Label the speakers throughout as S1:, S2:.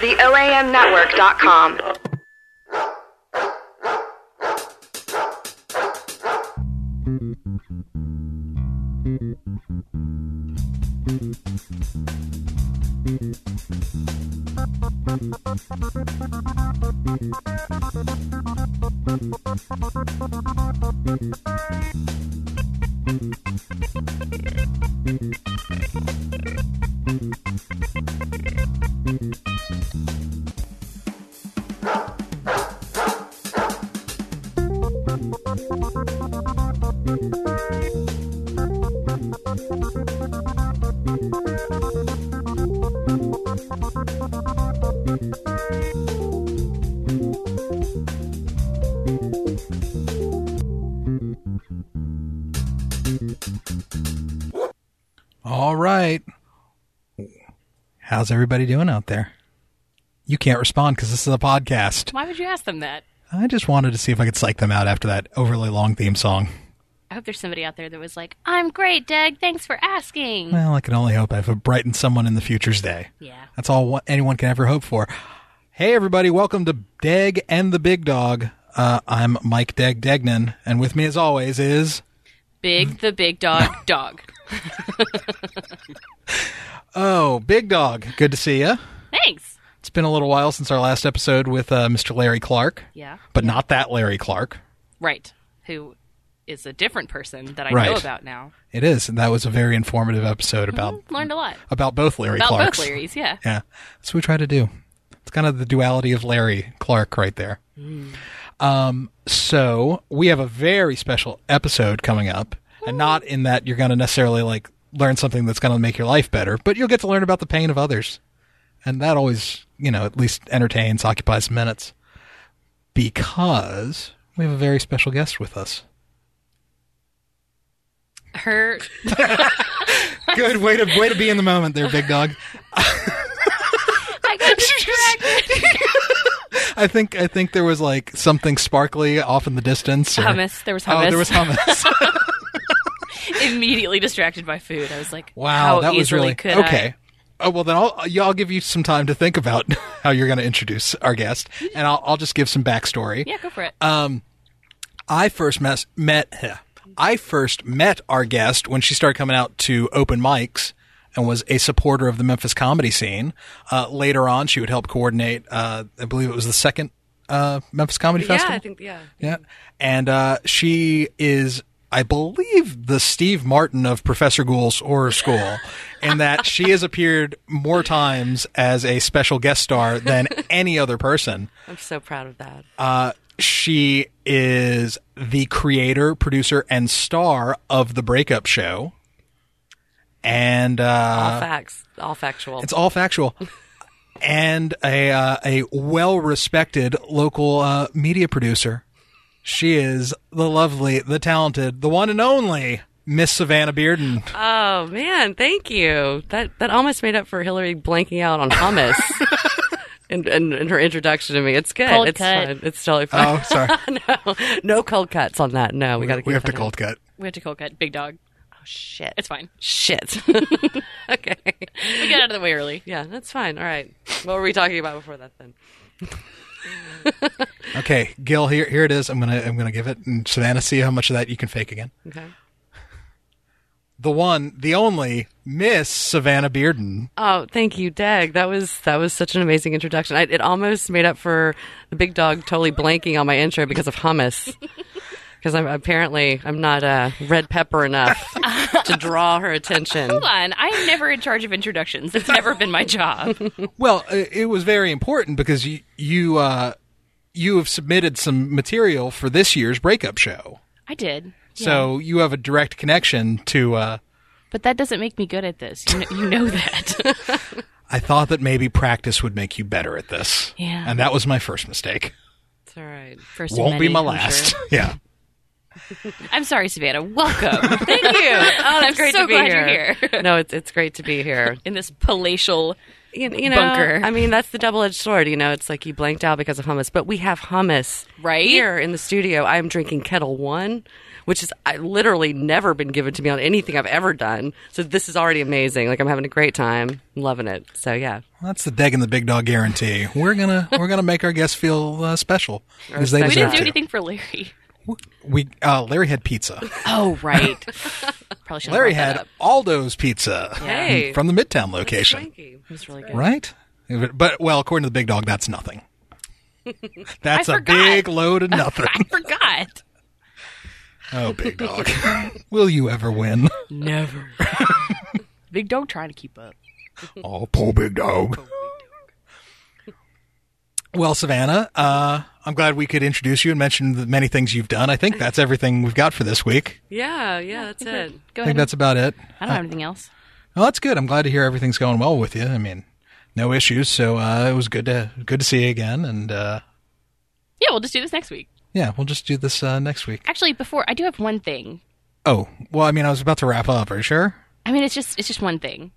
S1: The OAMnetwork.com.
S2: All right. How's everybody doing out there? You can't respond because this is a podcast.
S3: Why would you ask them that?
S2: I just wanted to see if I could psych them out after that overly long theme song.
S3: I hope there's somebody out there that was like, I'm great, Doug. Thanks for asking.
S2: Well, I can only hope I've brightened someone in the future's day.
S3: yeah.
S2: That's all one- anyone can ever hope for. Hey, everybody, welcome to Deg and the Big Dog. Uh, I'm Mike Deg Degnan, and with me, as always, is
S3: Big the big dog dog.
S2: oh, Big Dog. Good to see you.
S3: Thanks.
S2: It's been a little while since our last episode with uh, Mr. Larry Clark,
S3: Yeah.
S2: but not that Larry Clark.
S3: Right. Who is a different person that I know
S2: Right.
S3: about now.
S2: It is. That was a very informative episode about
S3: Learned a lot.
S2: about both Larry
S3: Mm-hmm. About
S2: Clarks.
S3: both Larrys, yeah.
S2: Yeah, that's what we try to do. It's kind of the duality of Larry Clark right there.
S3: Mm.
S2: Um, so we have a very special episode coming up, and not in that you're going to necessarily like learn something that's going to make your life better, but you'll get to learn about the pain of others, and that always, you know, at least entertains, occupies minutes, because we have a very special guest with us.
S3: Her
S2: Good way to way to be in the moment there, big dog.
S3: I got distracted.
S2: I think I think there was like something sparkly off in the distance. or-
S3: Hummus. There was hummus.
S2: Oh, there was hummus.
S3: Immediately distracted by food. I was like,
S2: wow,
S3: how
S2: that was
S3: easily
S2: really
S3: could I-
S2: okay. Oh well, then I'll y'all give you some time to think about how you're going to introduce our guest, and I'll I'll just give some backstory.
S3: Yeah, go for it.
S2: Uh, I first mes- met heh. I first met our guest when she started coming out to open mics and was a supporter of the Memphis comedy scene. Uh, later on, she would help coordinate. Uh, I believe it was the second uh, Memphis Comedy Festival.
S4: Yeah, I think yeah.
S2: Yeah. And uh, she is, I believe, the Steve Martin of Professor Ghoul's horror school, in that she has appeared more times as a special guest star than any other person.
S4: I'm so proud of that.
S2: Uh, she is the creator, producer, and star of The Breakup Show. And uh,
S4: all facts, all factual.
S2: it's all factual. and a uh, a well respected local uh, media producer. She is the lovely, the talented, the one and only Miss Savannah Bearden.
S4: oh man, thank you. That that almost made up for Hillary blanking out on hummus. And, and, and her introduction to me, it's good.
S3: Cold
S4: it's
S3: cut.
S4: fine. It's totally fine.
S2: Oh, sorry.
S4: no, no cold cuts on that. No, we got to.
S2: we have to cold cut.
S3: we have to cold cut. Big dog.
S4: Oh, Shit.
S3: It's fine.
S4: Shit. okay.
S3: We get out of the way early.
S4: Yeah, that's fine. All right. What were we talking about before that then?
S2: Okay, Gil, here here it is. I'm gonna I'm gonna give it and Savannah see how much of that you can fake again.
S4: Okay.
S2: The one, the only Miss Savannah Bearden.
S4: Oh, thank you, Dag. That was that was such an amazing introduction. I, it almost made up for the big dog totally blanking on my intro because of hummus. Because I'm apparently I'm not uh, red pepper enough to draw her attention.
S3: Hold on. I'm never in charge of introductions. It's never been my job.
S2: Well, uh, it, it was very important because you you uh, you have submitted some material for this year's breakup show.
S3: I did.
S2: So you have a direct connection to. Uh,
S3: But that doesn't make me good at this. You know, you know that.
S2: I thought that maybe practice would make you better at this.
S3: Yeah.
S2: And that was my first mistake.
S4: It's all right.
S3: First of
S2: will Won't be
S3: many,
S2: my
S3: I'm
S2: last.
S3: sure.
S2: Yeah.
S3: I'm sorry, Savannah. Welcome. Thank
S4: Thank you. Oh,
S3: I'm
S4: that's great
S3: so
S4: to be
S3: glad
S4: here.
S3: you're here.
S4: No, it's it's great to be here.
S3: in this palatial.
S4: You, you know,
S3: Bunker.
S4: I mean, that's the double edged sword. You know, it's like you blanked out because of hummus, but we have hummus
S3: Right?
S4: here in the studio. I am drinking Kettle One, which is I, literally never been given to me on anything I've ever done. So this is already amazing. Like I'm having a great time, I'm loving it. So yeah,
S2: That's the Deg and the Big Dog guarantee. We're gonna we're gonna make our guests feel uh, special because they
S4: We
S3: We didn't
S2: deserve
S3: do
S2: to.
S3: anything for Larry.
S2: We uh, Larry had pizza.
S3: Oh, right. Probably should
S2: Larry had Aldo's pizza
S4: Hey.
S2: from the Midtown location,
S4: Thank you. It was really good.
S2: right? But well, according to the Big Dog, that's nothing. That's
S3: I
S2: a
S3: forgot.
S2: big load of nothing.
S3: I forgot.
S2: Oh, Big Dog, will you ever win?
S3: Never. Big dog trying to keep up.
S2: Oh, poor Big Dog. Well, Savannah, uh, I'm glad we could introduce you and mention the many things you've done. I think that's everything we've got for this week.
S4: Yeah, yeah, that's it.
S3: Go
S2: I
S3: ahead.
S2: think that's about it.
S3: I don't have anything else.
S2: Well, that's good. I'm glad to hear everything's going well with you. I mean, no issues. So uh, it was good to good to see you again. And uh,
S3: Yeah, we'll just do this next week.
S2: yeah, we'll just do this uh, next week.
S3: Actually, before I do have one thing.
S2: Oh, well, I mean, I was about to wrap up. Are you sure?
S3: I mean, it's just it's just one thing.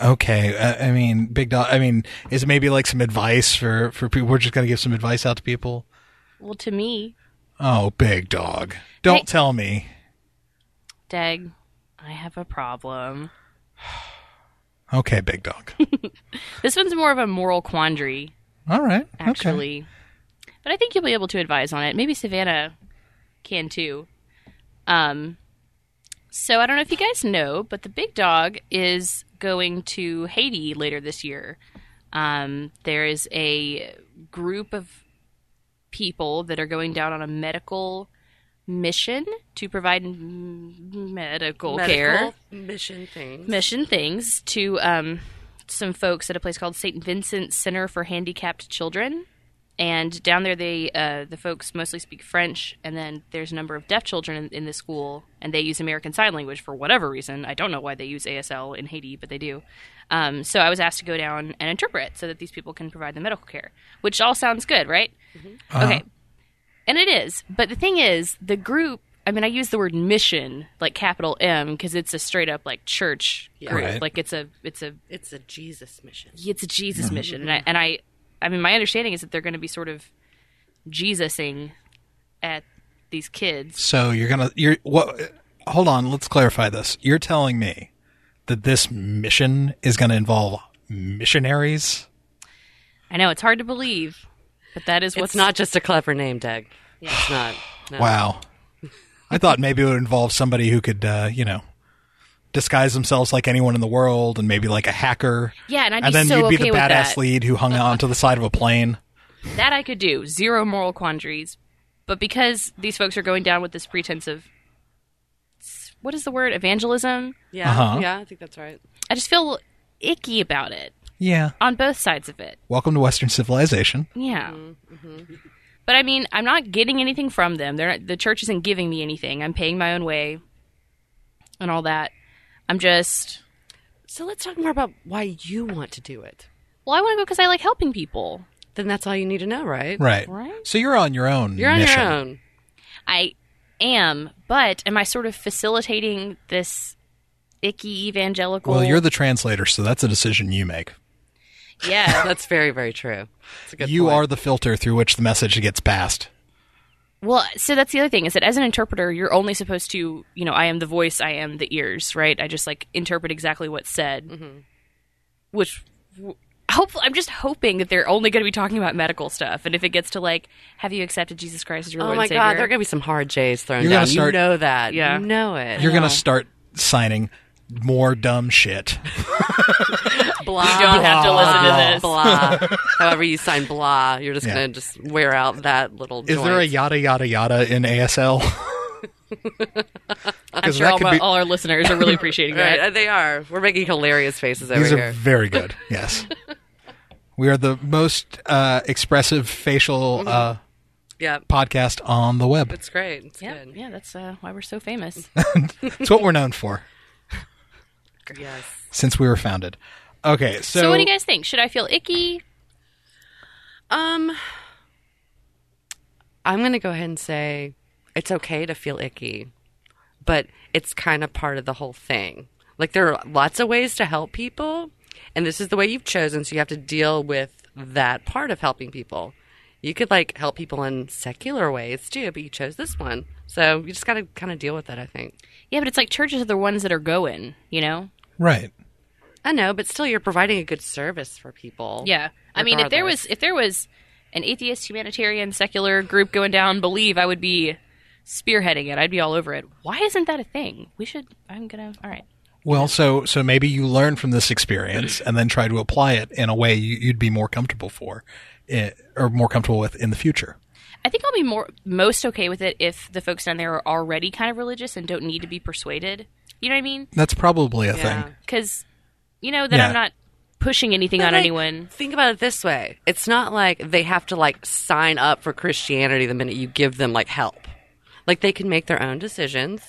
S2: Okay. Uh, I mean, big dog. I mean, is it maybe like some advice for for people? We're just gonna give some advice out to people.
S3: Well, to me,
S2: Oh, big dog. Don't
S3: Hey.
S2: tell me.
S3: Deg, I have a problem.
S2: Okay, big dog.
S3: This one's more of a moral quandary,
S2: All right. okay.
S3: actually. But I think you'll be able to advise on it. Maybe Savannah can too. Um, so I don't know if you guys know, but the big dog is going to Haiti later this year. Um, there is a group of people that are going down on a medical mission to provide m- medical, care
S4: mission things.
S3: mission things to um, some folks at a place called St. Vincent Center for Handicapped Children. And down there, they uh, the folks mostly speak French, and then there's a number of deaf children in, in the school, and they use American Sign Language for whatever reason. I don't know why they use ASL in Haiti, but they do. Um, so I was asked to go down and interpret so that these people can provide the medical care, which all sounds good, right?
S2: Uh-huh.
S3: Okay, and it is. But the thing is, the group, I mean, I use the word mission, like capital M, because it's a straight up like church group.
S2: Right.
S3: Like it's a, it's a,
S4: It's a Jesus mission.
S3: it's a Jesus
S2: Mm-hmm.
S3: mission. And I, and I, I mean, my understanding is that they're going to be sort of Jesusing at these kids.
S2: So you're gonna you're what? Hold on, let's clarify this. You're telling me that this mission is going to involve missionaries?
S3: I know it's hard to believe, but that is what's
S4: It's not just a clever name, Doug. It's not.
S3: Uh-huh.
S4: No.
S2: Wow. I thought maybe it would involve somebody who could, uh, you know, disguise themselves like anyone in the world, and maybe like a hacker.
S3: Yeah, and I'd be
S2: then
S3: so
S2: you'd be
S3: okay
S2: the
S3: with
S2: badass
S3: that.
S2: lead who hung onto the side of a plane.
S3: That I could do. Zero moral quandaries. But because these folks are going down with this pretense of, what is the word? Evangelism?
S4: Yeah,
S2: Uh-huh.
S4: yeah, I think that's right.
S3: I just feel icky about it
S2: Yeah.
S3: on both sides of it.
S2: Welcome to Western civilization.
S3: Yeah. But I mean, I'm not getting anything from them. They're not, the church isn't giving me anything. I'm paying my own way and all that. I'm just
S4: So let's talk more about why you want to do it.
S3: well, I want to go because I like helping people.
S4: Then that's all you need to know, right?
S2: Right.
S3: Right.
S2: So you're on your own.
S4: You're on
S2: mission.
S4: your own.
S3: I am, but am I sort of facilitating this icky evangelical?
S2: Well, you're the translator, so that's a decision you make.
S3: yeah.
S4: That's very, very true. That's a good
S2: you
S4: point.
S2: are the filter through which the message gets passed.
S3: Well, so that's the other thing is that as an interpreter, you're only supposed to, you know, I am the voice, I am the ears, right? I just like interpret exactly what's said.
S4: Mm-hmm.
S3: Which w- hopefully I'm just hoping that they're only going to be talking about medical stuff and if it gets to like have you accepted Jesus Christ as your
S4: Oh
S3: Lord
S4: my
S3: and Savior?
S4: God, there are going to be some hard J's thrown
S2: You're gonna
S4: down.
S2: start-
S4: you know that.
S3: Yeah.
S4: You know it.
S2: You're going to start signing more dumb shit.
S4: blah.
S3: You don't have to listen to this.
S4: Blah. However you sign blah, you're just
S2: Yeah.
S4: going to just wear out that little
S2: Is there a
S4: joint.
S2: yada yada yada in ASL?
S3: I'm sure all, my, all our listeners are really appreciating that.
S4: Right, uh, they are. We're making hilarious faces over
S2: These
S4: here.
S2: are very good. Yes. we are the most uh, expressive facial uh,
S4: Yep.
S2: podcast on the web.
S4: It's great. It's
S3: Yeah,
S4: good.
S3: yeah, that's uh, why we're so famous.
S2: It's what we're known for
S4: Yes.
S2: since we were founded. Okay, so,
S3: so what do you guys think? Should I feel icky?
S4: Um, I'm going to go ahead and say it's okay to feel icky, but it's kind of part of the whole thing. Like there are lots of ways to help people, and this is the way you've chosen, so you have to deal with that part of helping people. You could like help people in secular ways too, but you chose this one. So you just got to kind of deal with that, I think.
S3: Yeah, but it's like churches are the ones that are going, you know?
S2: Right.
S4: I know, but still you're providing a good service for people.
S3: Yeah. I mean, if there was if there was an atheist, humanitarian, secular group going down Believe, I would be spearheading it. I'd be all over it. Why isn't that a thing? We should I'm going to All right.
S2: Well, so so maybe you learn from this experience and then try to apply it in a way you, you'd be more comfortable for, eh, or more comfortable with in the future.
S3: I think I'll be more most okay with it if the folks down there are already kind of religious and don't need to be persuaded. You know what I mean?
S2: That's probably a
S4: Yeah.
S2: thing.
S3: Because you know that
S2: Yeah.
S3: I'm not pushing anything
S4: But,
S3: on
S4: like,
S3: anyone.
S4: Think about it this way: it's not like they have to like sign up for Christianity the minute you give them like help. Like they can make their own decisions.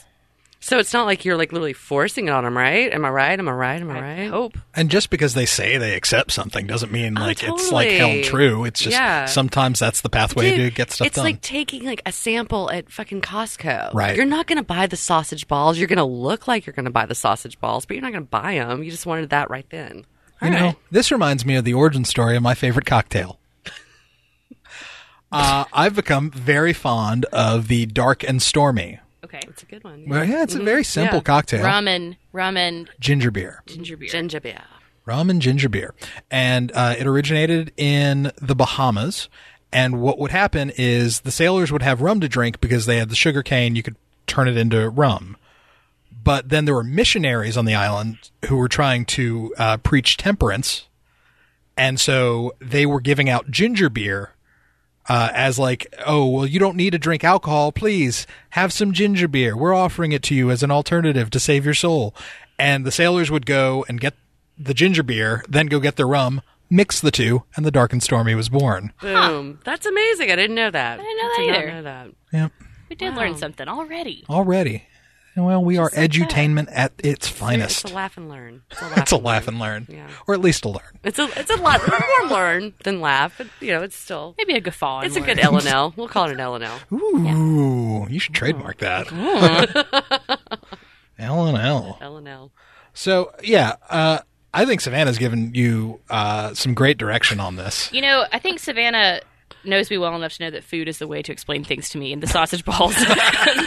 S4: So it's not like you're like literally forcing it on them, right? Am I right? Am I right? Am I right?
S3: Hope.
S2: And just because they say they accept something doesn't mean like it's like
S4: Oh, totally.
S2: held true. It's just
S4: Yeah.
S2: sometimes that's the pathway to
S4: Dude,
S2: get stuff
S4: it's
S2: done.
S4: like taking like a sample at fucking Costco.
S2: Right.
S4: You're not going to buy the sausage balls. You're going to look like you're going to buy the sausage balls, but you're not going to buy them. You just wanted that right then.
S2: you know, this reminds me of the origin story of my favorite cocktail. uh, I've become very fond of the dark and stormy.
S3: Okay.
S4: It's a good one.
S2: Well, yeah, it's a very simple
S4: Mm-hmm. Yeah.
S2: cocktail.
S3: Ramen, ramen,
S2: Ginger beer.
S3: ginger beer.
S4: Ginger beer.
S2: rum and ginger beer. And uh, it originated in the Bahamas. And what would happen is the sailors would have rum to drink because they had the sugar cane. You could turn it into rum. But then there were missionaries on the island who were trying to uh, preach temperance. And so they were giving out ginger beer uh, as like, oh, well, you don't need to drink alcohol. Please have some ginger beer. We're offering it to you as an alternative to save your soul. And the sailors would go and get the ginger beer, then go get the rum, mix the two, and the Dark and Stormy was born.
S4: Boom. That's amazing. I didn't know that. I
S3: didn't know that
S4: did
S3: either.
S4: Not know that.
S2: Yep.
S3: We did learn something already.
S2: Already. Well, we are edutainment at its finest.
S4: It's a laugh and learn. It's a laugh,
S2: It's a
S4: and
S2: laugh
S4: learn.
S2: and learn.
S4: Yeah.
S2: Or at least a learn.
S4: It's a it's a lot more learn than laugh, but you know it's still
S3: Maybe a guffaw. and
S4: it's a
S3: more.
S4: good L and L. We'll call it an L and L.
S2: Ooh, you should trademark that.
S4: Mm.
S2: L and L.
S4: L and L.
S2: So yeah, uh, I think Savannah's given you uh, some great direction on this.
S3: You know, I think Savannah knows me well enough to know that food is the way to explain things to me, and the sausage balls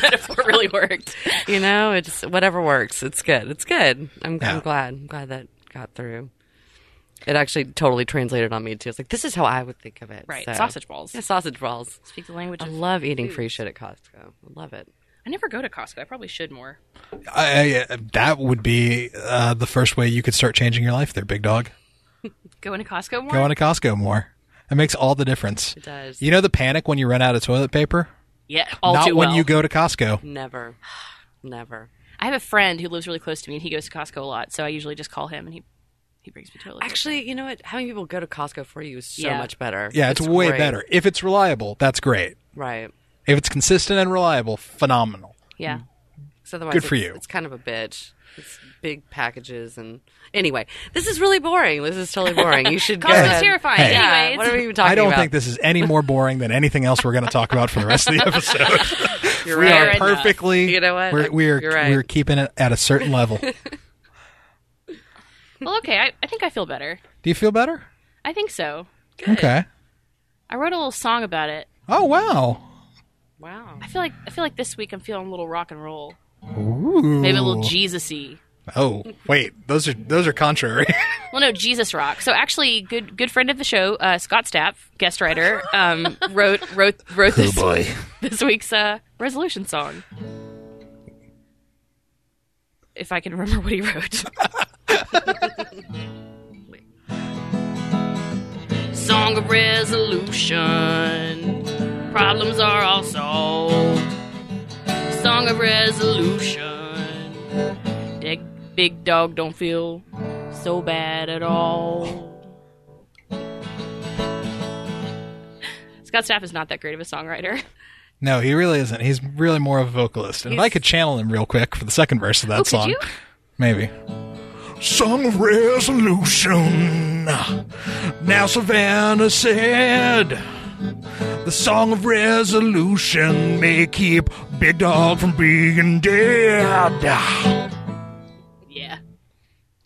S3: metaphor really worked.
S4: You know, it's whatever works. It's good. It's good. I'm
S2: Yeah.
S4: I'm glad. I'm glad that got through. It actually totally translated on me too. It's like this is how I would think of it.
S3: Right,
S4: So-
S3: sausage balls.
S4: Yeah, sausage balls.
S3: Speak the language.
S4: I
S3: Of,
S4: love eating free shit at Costco. I love it.
S3: I never go to Costco. I probably should more.
S2: I, I, that would be uh, the first way you could start changing your life, there, big dog.
S3: Going to Costco more.
S2: Going to Costco more. It makes all the difference. It
S4: does.
S2: You know the panic when you run out of toilet paper?
S3: yeah, all
S2: Not
S3: too
S2: when
S3: well.
S2: you go to Costco.
S4: Never, never.
S3: I have a friend who lives really close to me, and he goes to Costco a lot. So I usually just call him, and he he brings me toilet. paper.
S4: Actually, you know what? Having people go to Costco for you is so
S3: Yeah.
S4: much better.
S2: Yeah, it's, way
S4: great.
S2: better. If it's reliable, that's great.
S4: Right.
S2: If it's consistent and reliable, phenomenal.
S3: yeah.
S4: Because otherwise,
S2: Good for
S4: it's,
S2: you.
S4: It's kind of a bitch. It's big packages and anyway, this is really boring. This is totally boring. You should go.
S3: Costco's
S4: ahead.
S3: terrifying.
S2: Hey.
S4: Yeah,
S3: Anyways,
S4: what are we even talking about?
S2: I don't think this is any more boring than anything else we're going to talk about for the rest of the episode.
S4: You're
S2: we
S4: right.
S2: are perfectly.
S4: You know what?
S2: We're, we're,
S4: You're right.
S2: we're keeping it at a certain level. Do
S3: well, okay. I, I think I feel better.
S2: you feel better?
S3: I think so.
S2: Okay.
S3: I wrote a little song about it.
S2: Oh wow.
S4: Wow.
S3: I feel like I feel like this week I'm feeling a little rock and roll,
S2: Ooh.
S3: maybe a little Jesusy.
S2: Oh wait, those are those are contrary.
S3: Well, no, Jesus rock. So actually, good good friend of the show, uh, Scott Stapp, guest writer, um, wrote wrote wrote this this week's uh, resolution song. If I can remember what he wrote. Song of resolution. Problems are all solved. Song of resolution. That big dog don't feel so bad at all. Scott Staff is not that great of a songwriter.
S2: No, he really isn't. He's really more of a vocalist. And if I could channel him real quick for the second verse of that
S3: Oh, could
S2: song,
S3: you?
S2: maybe. Song of resolution. Now Savannah said, the song of resolution may keep Big Dog from being dead.
S3: Yeah.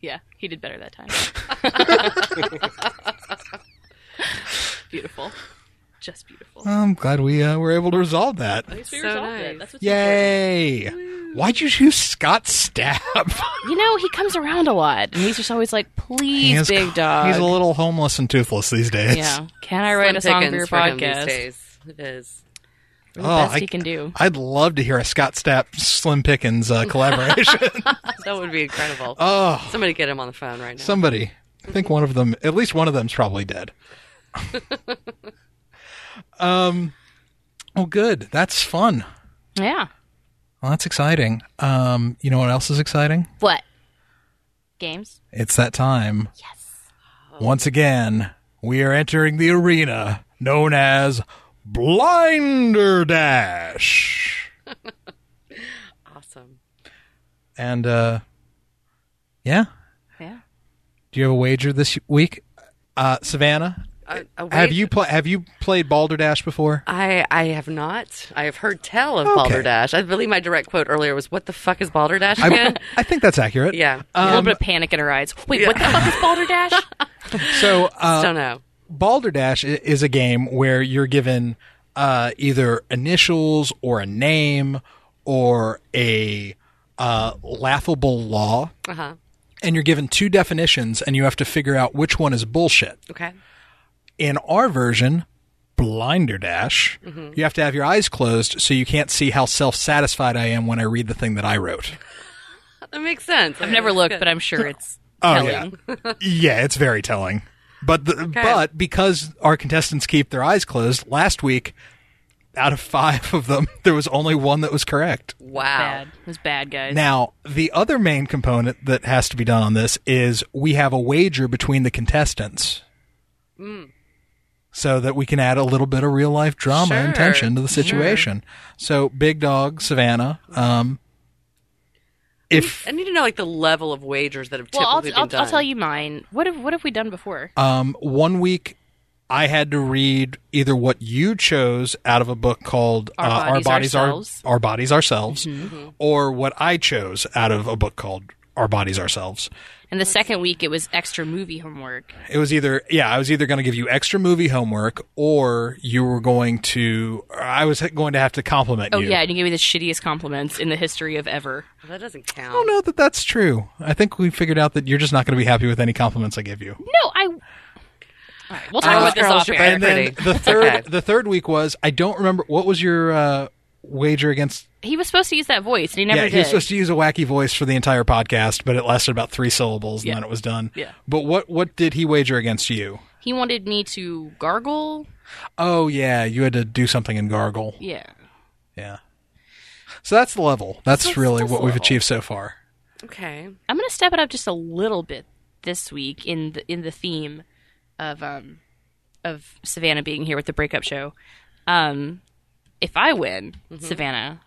S3: Yeah, he did better that time. Beautiful. just beautiful.
S2: I'm glad we uh, were able to resolve that.
S3: At least we
S4: so
S3: resolved
S4: nice.
S3: it. That's what's important.
S2: Yay! Why'd you choose Scott Stapp?
S3: You know, he comes around a lot, and he's just always like,
S2: He
S3: "Please,
S2: is-
S3: big dog."
S2: He's a little homeless and toothless these days.
S3: yeah. Can I write a song for your podcast?
S4: It is.
S3: We're The
S2: Oh,
S3: best
S2: I-
S3: he can do.
S2: I'd love to hear a Scott Stapp Slim Pickens uh, collaboration.
S4: That would be incredible.
S2: oh,
S4: Somebody get him on the phone right now.
S2: somebody. I think one of them, at least one of them's probably dead. um, well, good. That's fun.
S3: Yeah.
S2: Well, that's exciting. Um, you know what else is exciting?
S3: What? Games.
S2: It's that time. Yes. Once again, we are entering the arena known as Blinder Dash.
S4: awesome.
S2: And uh yeah.
S3: Yeah.
S2: Do you have a wager this week? Uh Savannah,
S4: A- a
S2: have
S4: Uh, wait-
S2: you pla have you played Balderdash before?
S4: I, I have not. I have heard tell of
S2: Okay.
S4: Balderdash. I believe my direct quote earlier was, "What the fuck is Balderdash again?"
S2: I think that's accurate.
S4: yeah,
S3: a
S2: Um,
S3: little bit of panic in her eyes. Wait, what the fuck is Balderdash?
S2: So, uh
S4: don't know.
S2: Balderdash i- is a game where you're given uh, either initials or a name or a uh, laughable law,
S4: Uh huh.
S2: and you're given two definitions, and you have to figure out which one is bullshit.
S4: Okay.
S2: In our version, Blinderdash, you have to have your eyes closed so you can't see how self satisfied I am when I read the thing that I wrote.
S4: That makes sense.
S3: I've never looked, but I'm sure it's telling.
S2: Oh, yeah, yeah, it's very telling. But the, but because our contestants keep their eyes closed, last week, out of five of them, there was only one that was correct.
S4: Wow.
S3: Bad. It was bad, guys.
S2: Now, the other main component that has to be done on this is we have a wager between the contestants. So that we can add a little bit of real life drama and
S4: Sure,
S2: tension to the situation. So, Big Dog, Savannah, um, if
S4: I need to know like the level of wagers that have
S3: well, I'll,
S4: typically
S3: I'll,
S4: been
S3: I'll
S4: done.
S3: tell you mine. What have What have we done before?
S2: Um, one week, I had to read either what you chose out of a book called
S3: Our
S2: uh,
S3: Bodies
S2: Our,
S3: Ourselves. Mm-hmm.
S2: Our Bodies Ourselves, or what I chose out of a book called Our Bodies Ourselves.
S3: and the second week, it was extra movie homework.
S2: It was either, yeah, I was either going to give you extra movie homework, or you were going to, or I was going to have to compliment
S3: Oh
S2: you.
S3: yeah, and you gave me the shittiest compliments in the history of ever.
S4: Well, Oh, that doesn't count.
S2: I
S3: Oh,
S2: don't know that that's true. I think we figured out that you're just not going to be happy with any compliments I give you.
S3: No, I. All right, we'll talk about this
S4: girls,
S3: off
S4: you're
S3: air.
S2: and then
S4: pretty.
S2: the third,
S4: Okay.
S2: the third week was I don't remember what was your uh, wager against
S3: He was supposed to use that voice, and he never
S2: yeah,
S3: did.
S2: he was supposed to use a wacky voice for the entire podcast, but it lasted about three syllables
S3: Yeah.
S2: and then it was done.
S3: Yeah.
S2: But what what did he wager against you?
S3: He wanted me to gargle.
S2: Oh yeah, you had to do something and gargle.
S3: Yeah.
S2: Yeah. So that's the level. That's
S3: That's-
S2: really
S3: that's
S2: what
S3: the
S2: we've
S3: level.
S2: achieved so far.
S4: Okay.
S3: I'm gonna step it up just a little bit this week in the in the theme of um of Savannah being here with the breakup show. Um, if I win, Savannah,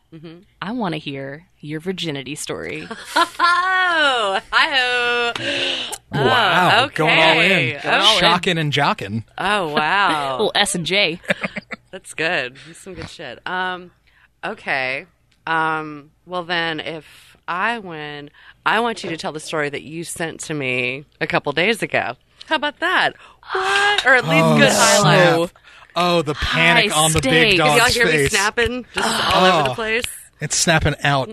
S3: I want to hear your virginity story.
S4: Oh, hi
S2: wow. Going all
S4: okay.
S2: in.
S4: Going all in.
S2: Shocking and jocking.
S4: Oh wow.
S3: Little S and J.
S4: That's good. That's some good shit. Um, okay. Um, well then, if I win, I want you to tell the story that you sent to me a couple days ago. How about that? What? Or at least good highlight.
S2: Snap. Oh, the panic
S3: High
S2: on the
S3: stakes.
S2: big
S4: Did
S2: dog's
S4: y'all hear me
S2: face.
S4: snapping just all over the place?
S2: It's snapping out.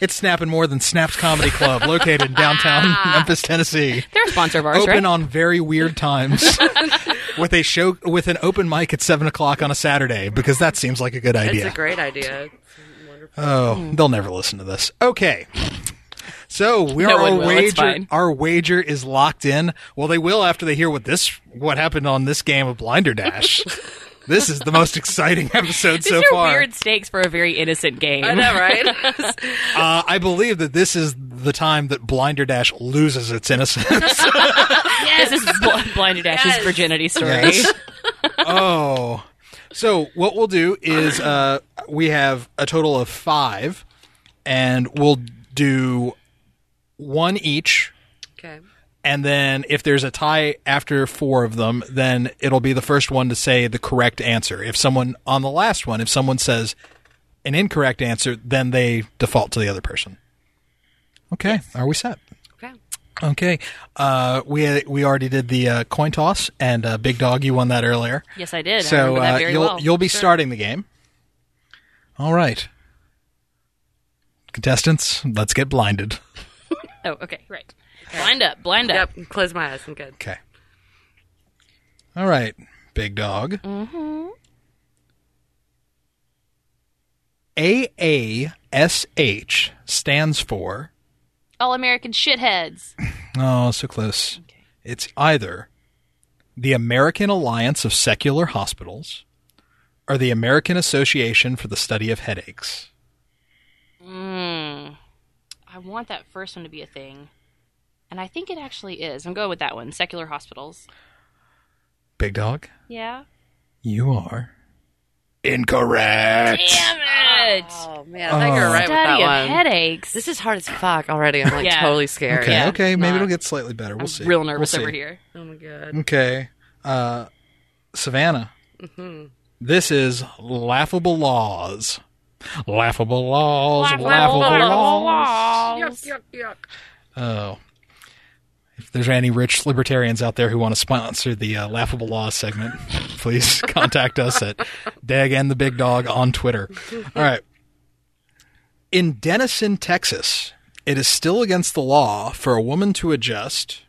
S2: It's snapping more than Snaps Comedy Club, located in downtown Memphis, Tennessee.
S3: They're a sponsor of ours,
S2: open
S3: right?
S2: on very weird times with a show with an open mic at seven o'clock on a Saturday because that seems like a good
S4: It's
S2: idea.
S4: a great idea.
S2: oh, they'll never listen to this. Okay. So we
S3: No
S2: are
S3: one
S2: our
S3: will. It's
S2: wager.
S3: fine.
S2: Our wager is locked in. Well, they will after they hear what this what happened on this game of Blinder Dash. this is the most exciting episode
S3: These
S2: so
S3: are
S2: far.
S3: weird stakes for a very innocent game.
S4: I know, right?
S2: Uh, I believe that this is the time that Blinder Dash loses its innocence.
S3: This is Bl- Blinder Dash's
S4: Yes.
S3: virginity story.
S2: Yes. oh. So what we'll do is uh, we have a total of five, and we'll do one each.
S4: okay.
S2: And then if there's a tie after four of them, then it'll be the first one to say the correct answer. If someone on the last one, if someone says an incorrect answer, then they default to the other person. Okay, are we set?
S4: Okay.
S2: Okay. Uh, we we already did the uh, coin toss, and uh, Big Dog, you won that earlier.
S3: Yes, I did. I
S2: So
S3: remember that
S2: uh,
S3: very
S2: you'll
S3: well.
S2: you'll be
S3: Sure.
S2: starting the game. All right, contestants, let's get blinded.
S3: Oh, okay, right. Blind up, blind up.
S4: Yep. Close my eyes. I'm good.
S2: Okay. All right, Big Dog. Mm-hmm. AASH stands for
S3: All American shitheads.
S2: Oh, so close. It's either the American Alliance of Secular Hospitals or the American Association for the Study of Headaches.
S3: Mm. I want that first one to be a thing, and I think it actually is. I'm going with that one. Secular hospitals.
S2: Big Dog,
S3: Yeah.
S2: you are incorrect.
S3: Damn it!
S4: Oh man, I think
S2: Oh.
S4: you're right with that
S3: Study of
S4: one.
S3: headaches.
S4: This is hard as fuck already. I'm like
S3: Yeah.
S4: totally scared.
S2: Okay,
S3: Yeah,
S2: okay, maybe
S3: not-
S2: it'll get slightly better. We'll
S3: I'm
S2: see.
S3: real nervous
S2: We'll
S3: over
S2: see.
S3: here.
S4: Oh my god.
S2: Okay. Uh, Savannah,
S3: Mm-hmm.
S2: this is Laughable Laws. Laughable Laws, laughable, laws. Oh. If there's any rich libertarians out there who want to sponsor the uh, Laughable Laws segment, please contact us at Dag and the Big Dog on Twitter. All right. In Denison, Texas, it is still against the law for a woman to adjust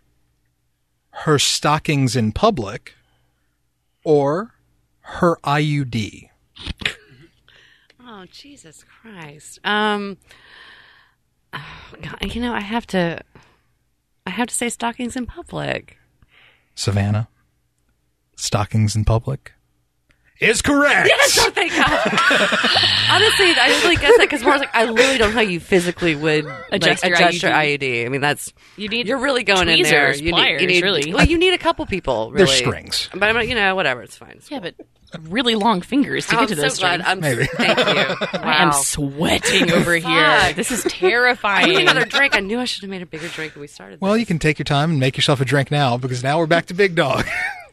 S2: her stockings in public or her IUD.
S4: Oh Jesus Christ. Um. Oh God. You know I have to. I have to say stockings in public.
S2: Savannah, stockings in public is correct.
S4: Oh, thank God. Honestly, I just really guess that because more like I literally don't know how you physically would
S3: Adjust
S4: like,
S3: your
S4: adjust your
S3: IUD.
S4: IUD. I mean, that's
S3: You need.
S4: you're really going in there.
S3: tweezers,
S4: You
S3: pliers,
S4: need, you need
S3: really.
S4: Well, you need a couple people. Really.
S2: They're strings.
S4: But I'm, you know, whatever. It's fine.
S3: yeah, but really long fingers to
S4: Oh,
S3: get to
S4: I'm
S3: those.
S4: so glad.
S3: strings.
S4: I'm,
S2: Maybe.
S4: Thank you.
S3: I am
S4: Wow.
S3: sweating over here.
S4: Fuck.
S3: This is
S4: I need
S3: terrifying.
S4: another drink. I knew I should have made a bigger drink when we started.
S2: Well,
S4: this.
S2: you can take your time and make yourself a drink now because now we're back to Big Dog.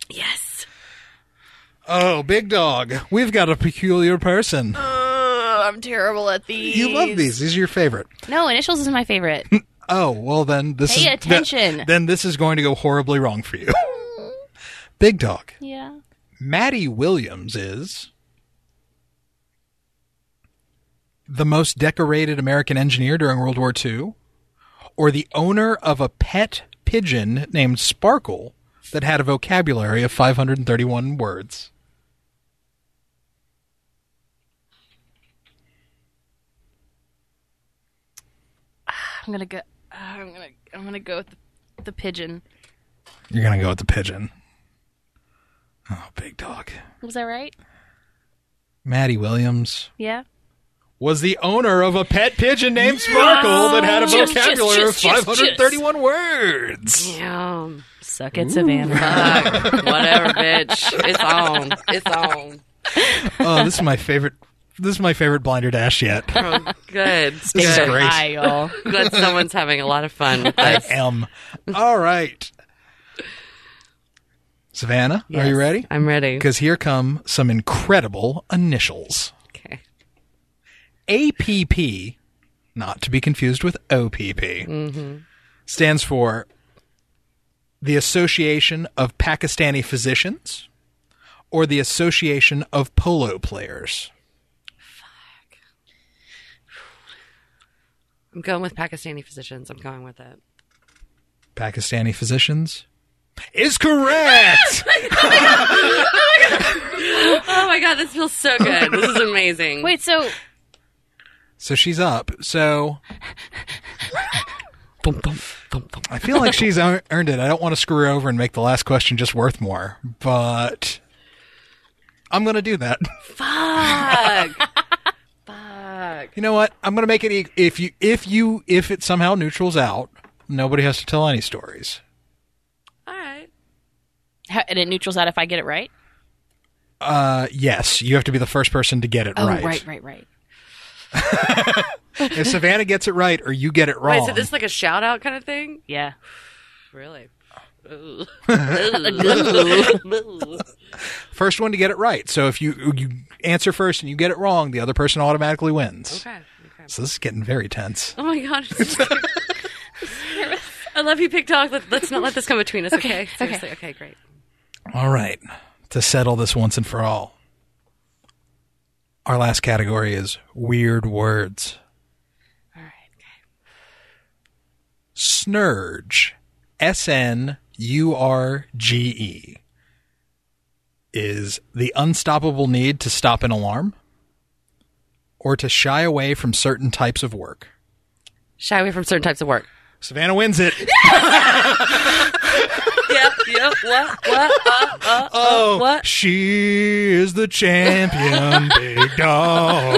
S4: yes.
S2: Oh, Big Dog, we've got a peculiar person.
S3: Uh, I'm terrible at these.
S2: You love these. These are your favorite.
S3: No, initials is my favorite.
S2: Oh, well then this
S3: Pay
S2: is th-
S3: attention.
S2: then this is going to go horribly wrong for you. Big Dog,
S3: yeah.
S2: Maddie Williams is the most decorated American engineer during World War II or the owner of a pet pigeon named Sparkle that had a vocabulary of 531 words.
S3: I'm gonna go. I'm gonna. I'm gonna go with the, the pigeon.
S2: You're gonna go with the pigeon. Oh, big dog.
S3: Was that right?
S2: Maddie Williams
S3: Yeah.
S2: was the owner of a pet pigeon named Sparkle that had a
S3: Just, just,
S2: vocabulary
S3: just, just,
S2: of 531 words.
S4: Yeah.
S3: Suck it, Savannah.
S4: Fuck. whatever, bitch. It's on. It's on.
S2: oh, this is my favorite. This is my favorite blinder dash yet.
S4: Oh, good.
S2: This is
S4: good.
S2: great.
S3: Hi, y'all.
S4: Glad someone's having a lot of fun with
S2: I
S4: us.
S2: am. All right. Savannah, are you ready?
S4: I'm ready.
S2: Because here come some incredible initials.
S4: Okay.
S2: APP, not to be confused with OPP, stands for the Association of Pakistani Physicians or the Association of Polo Players.
S4: I'm going with Pakistani physicians. I'm going with it.
S2: Pakistani Physicians is correct.
S4: Oh my god, this feels so good. This is amazing.
S3: Wait, so
S2: so she's up. So
S4: Dum, dum, dum, dum.
S2: I feel like she's ear- earned it. I don't want to screw her over and make the last question just worth more, but I'm going to do that.
S4: Fuck. Fuck.
S2: You know what? I'm going to make it e- if you if you if it somehow neutrals out, nobody has to tell any stories.
S4: All right.
S3: how, and it neutrals out if I get it right.
S2: Uh, yes, you have to be the first person to get it
S3: Oh,
S2: right.
S3: right, right, right.
S2: If Savannah gets it right or you get it wrong,
S4: Wait, so this is like a shout out kind of thing?
S3: Yeah.
S4: Really?
S2: first one to get it right. So if you you answer first and you get it wrong, the other person automatically wins.
S4: Okay. Okay.
S2: So this is getting very tense.
S4: Oh my god. I love you, Big Dog. Let, let's not let this come between us. Okay. Seriously. Okay. Great.
S2: All right. To settle this once and for all, our last category is weird words.
S3: All right.
S2: Snurge. S N U R G E. Is the unstoppable need to stop an alarm or to shy away from certain types of work?
S4: Shy away from certain types of work.
S2: Savannah wins it.
S4: yep. Yep. What? What? Uh, uh,
S2: Oh,
S4: what?
S2: she is the champion, big dog.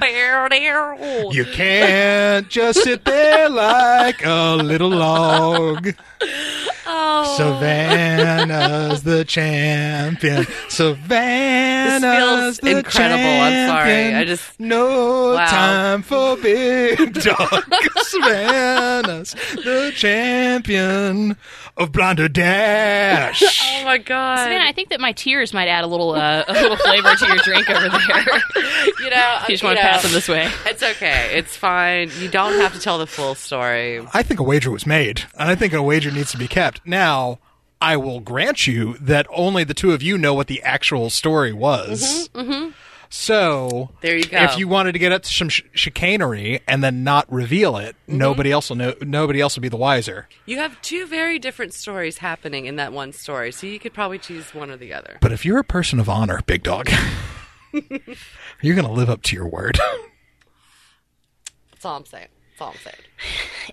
S4: Oh
S2: You can't just sit there like a little log.
S4: Oh.
S2: Savannah's the champion. Savannah's
S4: This feels
S2: the
S4: incredible. I'm sorry.
S2: champion.
S4: I just-
S2: no
S4: Wow.
S2: time for big dog. Savannah's the champion of Blonder Dash.
S4: Oh my god.
S3: Savannah, I think that my tears might add a little uh, a little flavor to your drink over there. you
S4: you know,
S3: just want to pass them this way.
S4: It's okay. It's fine. You don't have to tell the full story.
S2: I think a wager was made, and I think a wager needs to be kept. Now, I will grant you that only the two of you know what the actual story was. Mm-hmm, So
S4: There you go.
S2: If you wanted to get up to some sh- chicanery and then not reveal it, nobody else will know. Nobody else will be the wiser.
S4: You have two very different stories happening in that one story, so you could probably choose one or the other.
S2: But if you're a person of honor, big dog, you're going to live up to your word.
S4: That's all I'm saying. That's all I'm saying.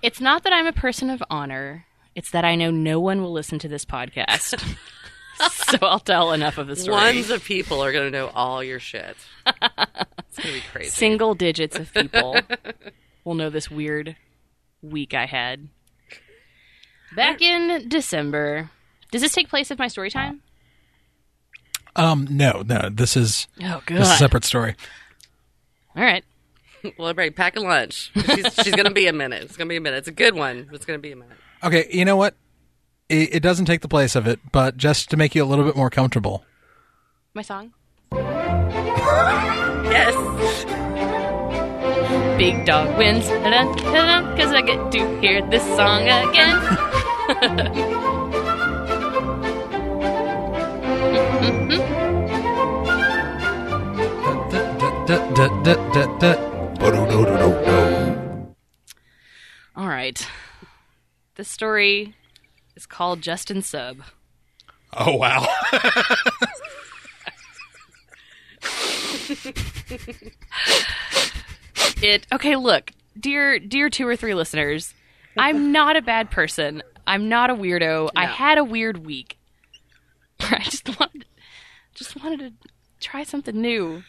S3: It's not that I'm a person of honor. It's that I know no one will listen to this podcast. so I'll tell enough of the story.
S4: Ones of people are going to know all your shit. It's going to be crazy.
S3: Single digits of people will know this weird week I had. Back in December. Does this take place of my story time?
S2: um, no, no, this is
S3: Oh,
S2: this is a separate story.
S3: All right.
S4: Well, right, pack a lunch. She's, she's going to be a minute. It's going to be a minute. It's a good one. but It's going to be a minute.
S2: Okay, you know what? It, it doesn't take the place of it, but just to make you a little bit more comfortable.
S3: My song?
S4: Yes.
S3: Big Dog Wins. Because I get to hear this song again.
S2: Oh,
S3: All right. The story is called Justin Sub.
S2: Oh wow.
S3: It okay, look, dear dear two or three listeners, I'm not a bad person. I'm not a weirdo. I
S4: No.
S3: had a weird week. I just wanted just wanted to try something new.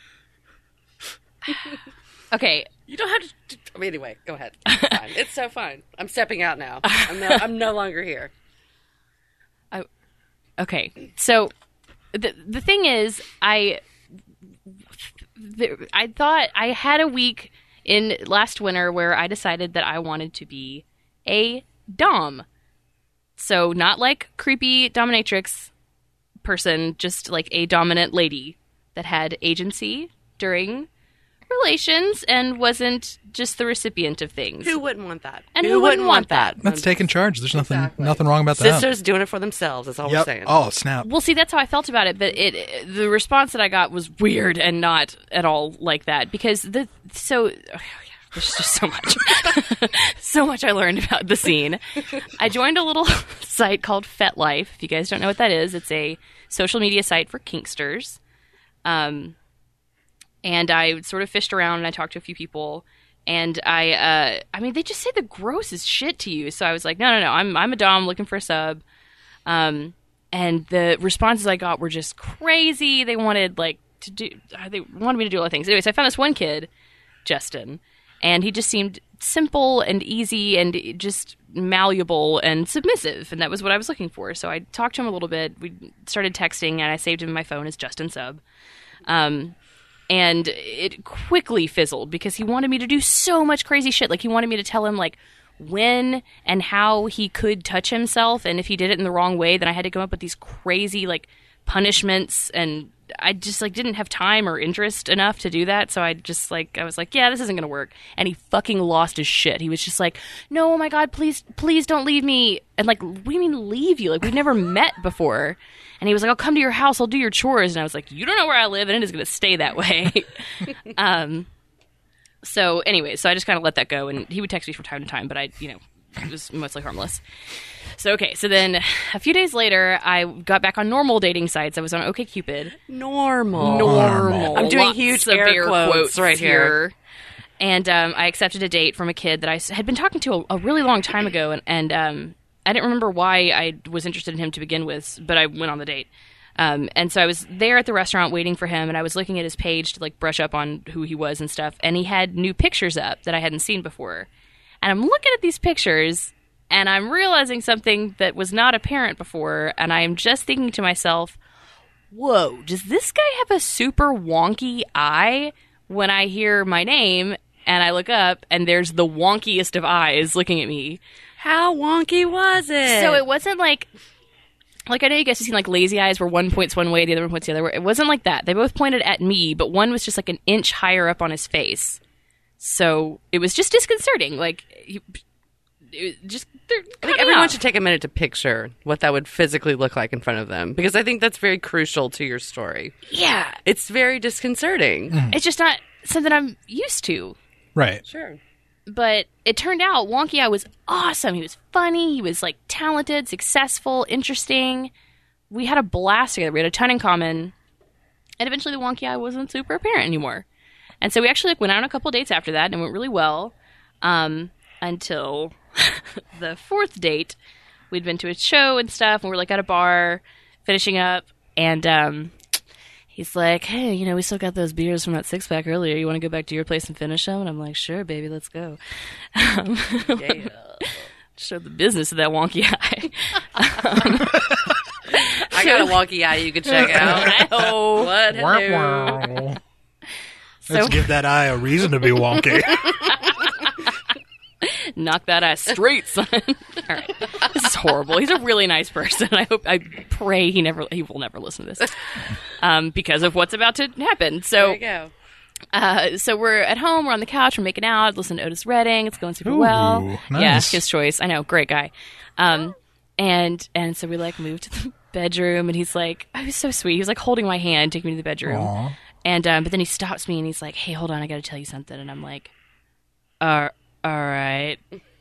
S3: okay,
S4: You don't have to. I mean, anyway, go ahead. It's, fine. it's so fine. I'm stepping out now. I'm no, I'm no longer here.
S3: okay. So the the thing is, I the, I thought I had a week in last winter where I decided that I wanted to be a dom. So not like creepy dominatrix person, just like a dominant lady that had agency during relations and wasn't just the recipient of things.
S4: Who wouldn't want that?
S3: And who wouldn't want
S2: That's taking charge. There's nothing
S4: Exactly.
S2: nothing wrong about that.
S4: Sisters doing it for themselves. That's all we're
S2: Yep.
S4: saying.
S2: Oh snap.
S3: Well, see, that's how I felt about it, but it the response that I got was weird and not at all like that because the so oh, there's just so much, so much I learned about the scene. I joined a little site called FetLife. If you guys don't know what that is, it's a social media site for kinksters. Um, and I sort of fished around and I talked to a few people. And I, uh, I mean, they just say the grossest shit to you. So I was like, no, no, no, I'm, I'm a dom looking for a sub. Um, and the responses I got were just crazy. They wanted like to do. uh, They wanted me to do all the things. Anyways, I found this one kid, Justin, and he just seemed simple and easy and just malleable and submissive, and that was what I was looking for. So I talked to him a little bit. We started texting, and I saved him in my phone as Justin Sub. Um, and it quickly fizzled because he wanted me to do so much crazy shit. Like he wanted me to tell him like when and how he could touch himself, and if he did it in the wrong way, then I had to come up with these crazy like punishments and I just like didn't have time or interest enough to do that. So I just like I was like, yeah, this isn't gonna work. And he fucking lost his shit. He was just like, no, oh my god, please, please don't leave me. And like, what do you mean leave you? Like we've never met before. And he was like, I'll come to your house. I'll do your chores. And I was like, you don't know where I live, and it is gonna stay that way. um. So anyway, so I just kind of let that go, and he would text me from time to time, but I, you know, it was mostly harmless. So okay, so then a few days later, I got back on normal dating sites. I was on OkCupid
S4: Normal.
S2: Normal.
S4: I'm doing
S3: lots
S4: huge
S3: of
S4: air quotes right here.
S3: And um, I accepted a date from a kid that I s- had been talking to a, a really long time ago, and, and um, I didn't remember why I was interested in him to begin with, but I went on the date. Um, and so I was there at the restaurant waiting for him, and I was looking at his page to like brush up on who he was and stuff. And he had new pictures up that I hadn't seen before, and I'm looking at these pictures, and I'm realizing something that was not apparent before, and I am just thinking to myself, whoa, does this guy have a super wonky eye when I hear my name and I look up and there's the wonkiest of eyes looking at me?
S4: How wonky was it?
S3: So it wasn't like. Like I know you guys have seen like lazy eyes where one points one way, the other one points the other way. It wasn't like that. They both pointed at me, but one was just like an inch higher up on his face. So it was just disconcerting. Like, he, it was just they're
S4: I think
S3: cutting
S4: everyone
S3: off.
S4: should take a minute to picture what that would physically look like in front of them because I think that's very crucial to your story.
S3: yeah.
S4: It's very disconcerting.
S3: It's just not something I'm used to.
S2: Right.
S4: Sure.
S3: but it turned out Wonky Eye was awesome. He was funny. He was like talented, successful, interesting. We had a blast together. We had a ton in common, and eventually the Wonky Eye wasn't super apparent anymore. And so we actually like went out on a couple dates after that, and it went really well. Um, until the fourth date, we'd been to a show and stuff, and we were like at a bar, finishing up, and um, he's like, "Hey, you know, we still got those beers from that six pack earlier. You want to go back to your place and finish them?" And I'm like, "Sure, baby, let's go." Um, Show the business of that wonky eye.
S4: I got a wonky eye you could check out.
S3: Ow.
S4: What? Hello.
S2: Wow, wow. Let's give that eye a reason to be wonky.
S3: Knock that ass straight, son. All right. This is horrible. He's a really nice person. I hope I pray he never he will never listen to this. Um, because of what's about to happen.
S4: There
S3: So
S4: you go.
S3: uh, so we're at home, we're on the couch, we're making out, listen to Otis Redding, it's going super well. Yeah,
S2: nice.
S3: his choice. I know, great guy. Um, and and so we like moved to the bedroom, and he's like, I was so sweet. He was like holding my hand, taking me to the bedroom,
S2: Aw.
S3: and um, but then he stops me and he's like, Hey, hold on, I got to tell you something, and I'm like, all all right.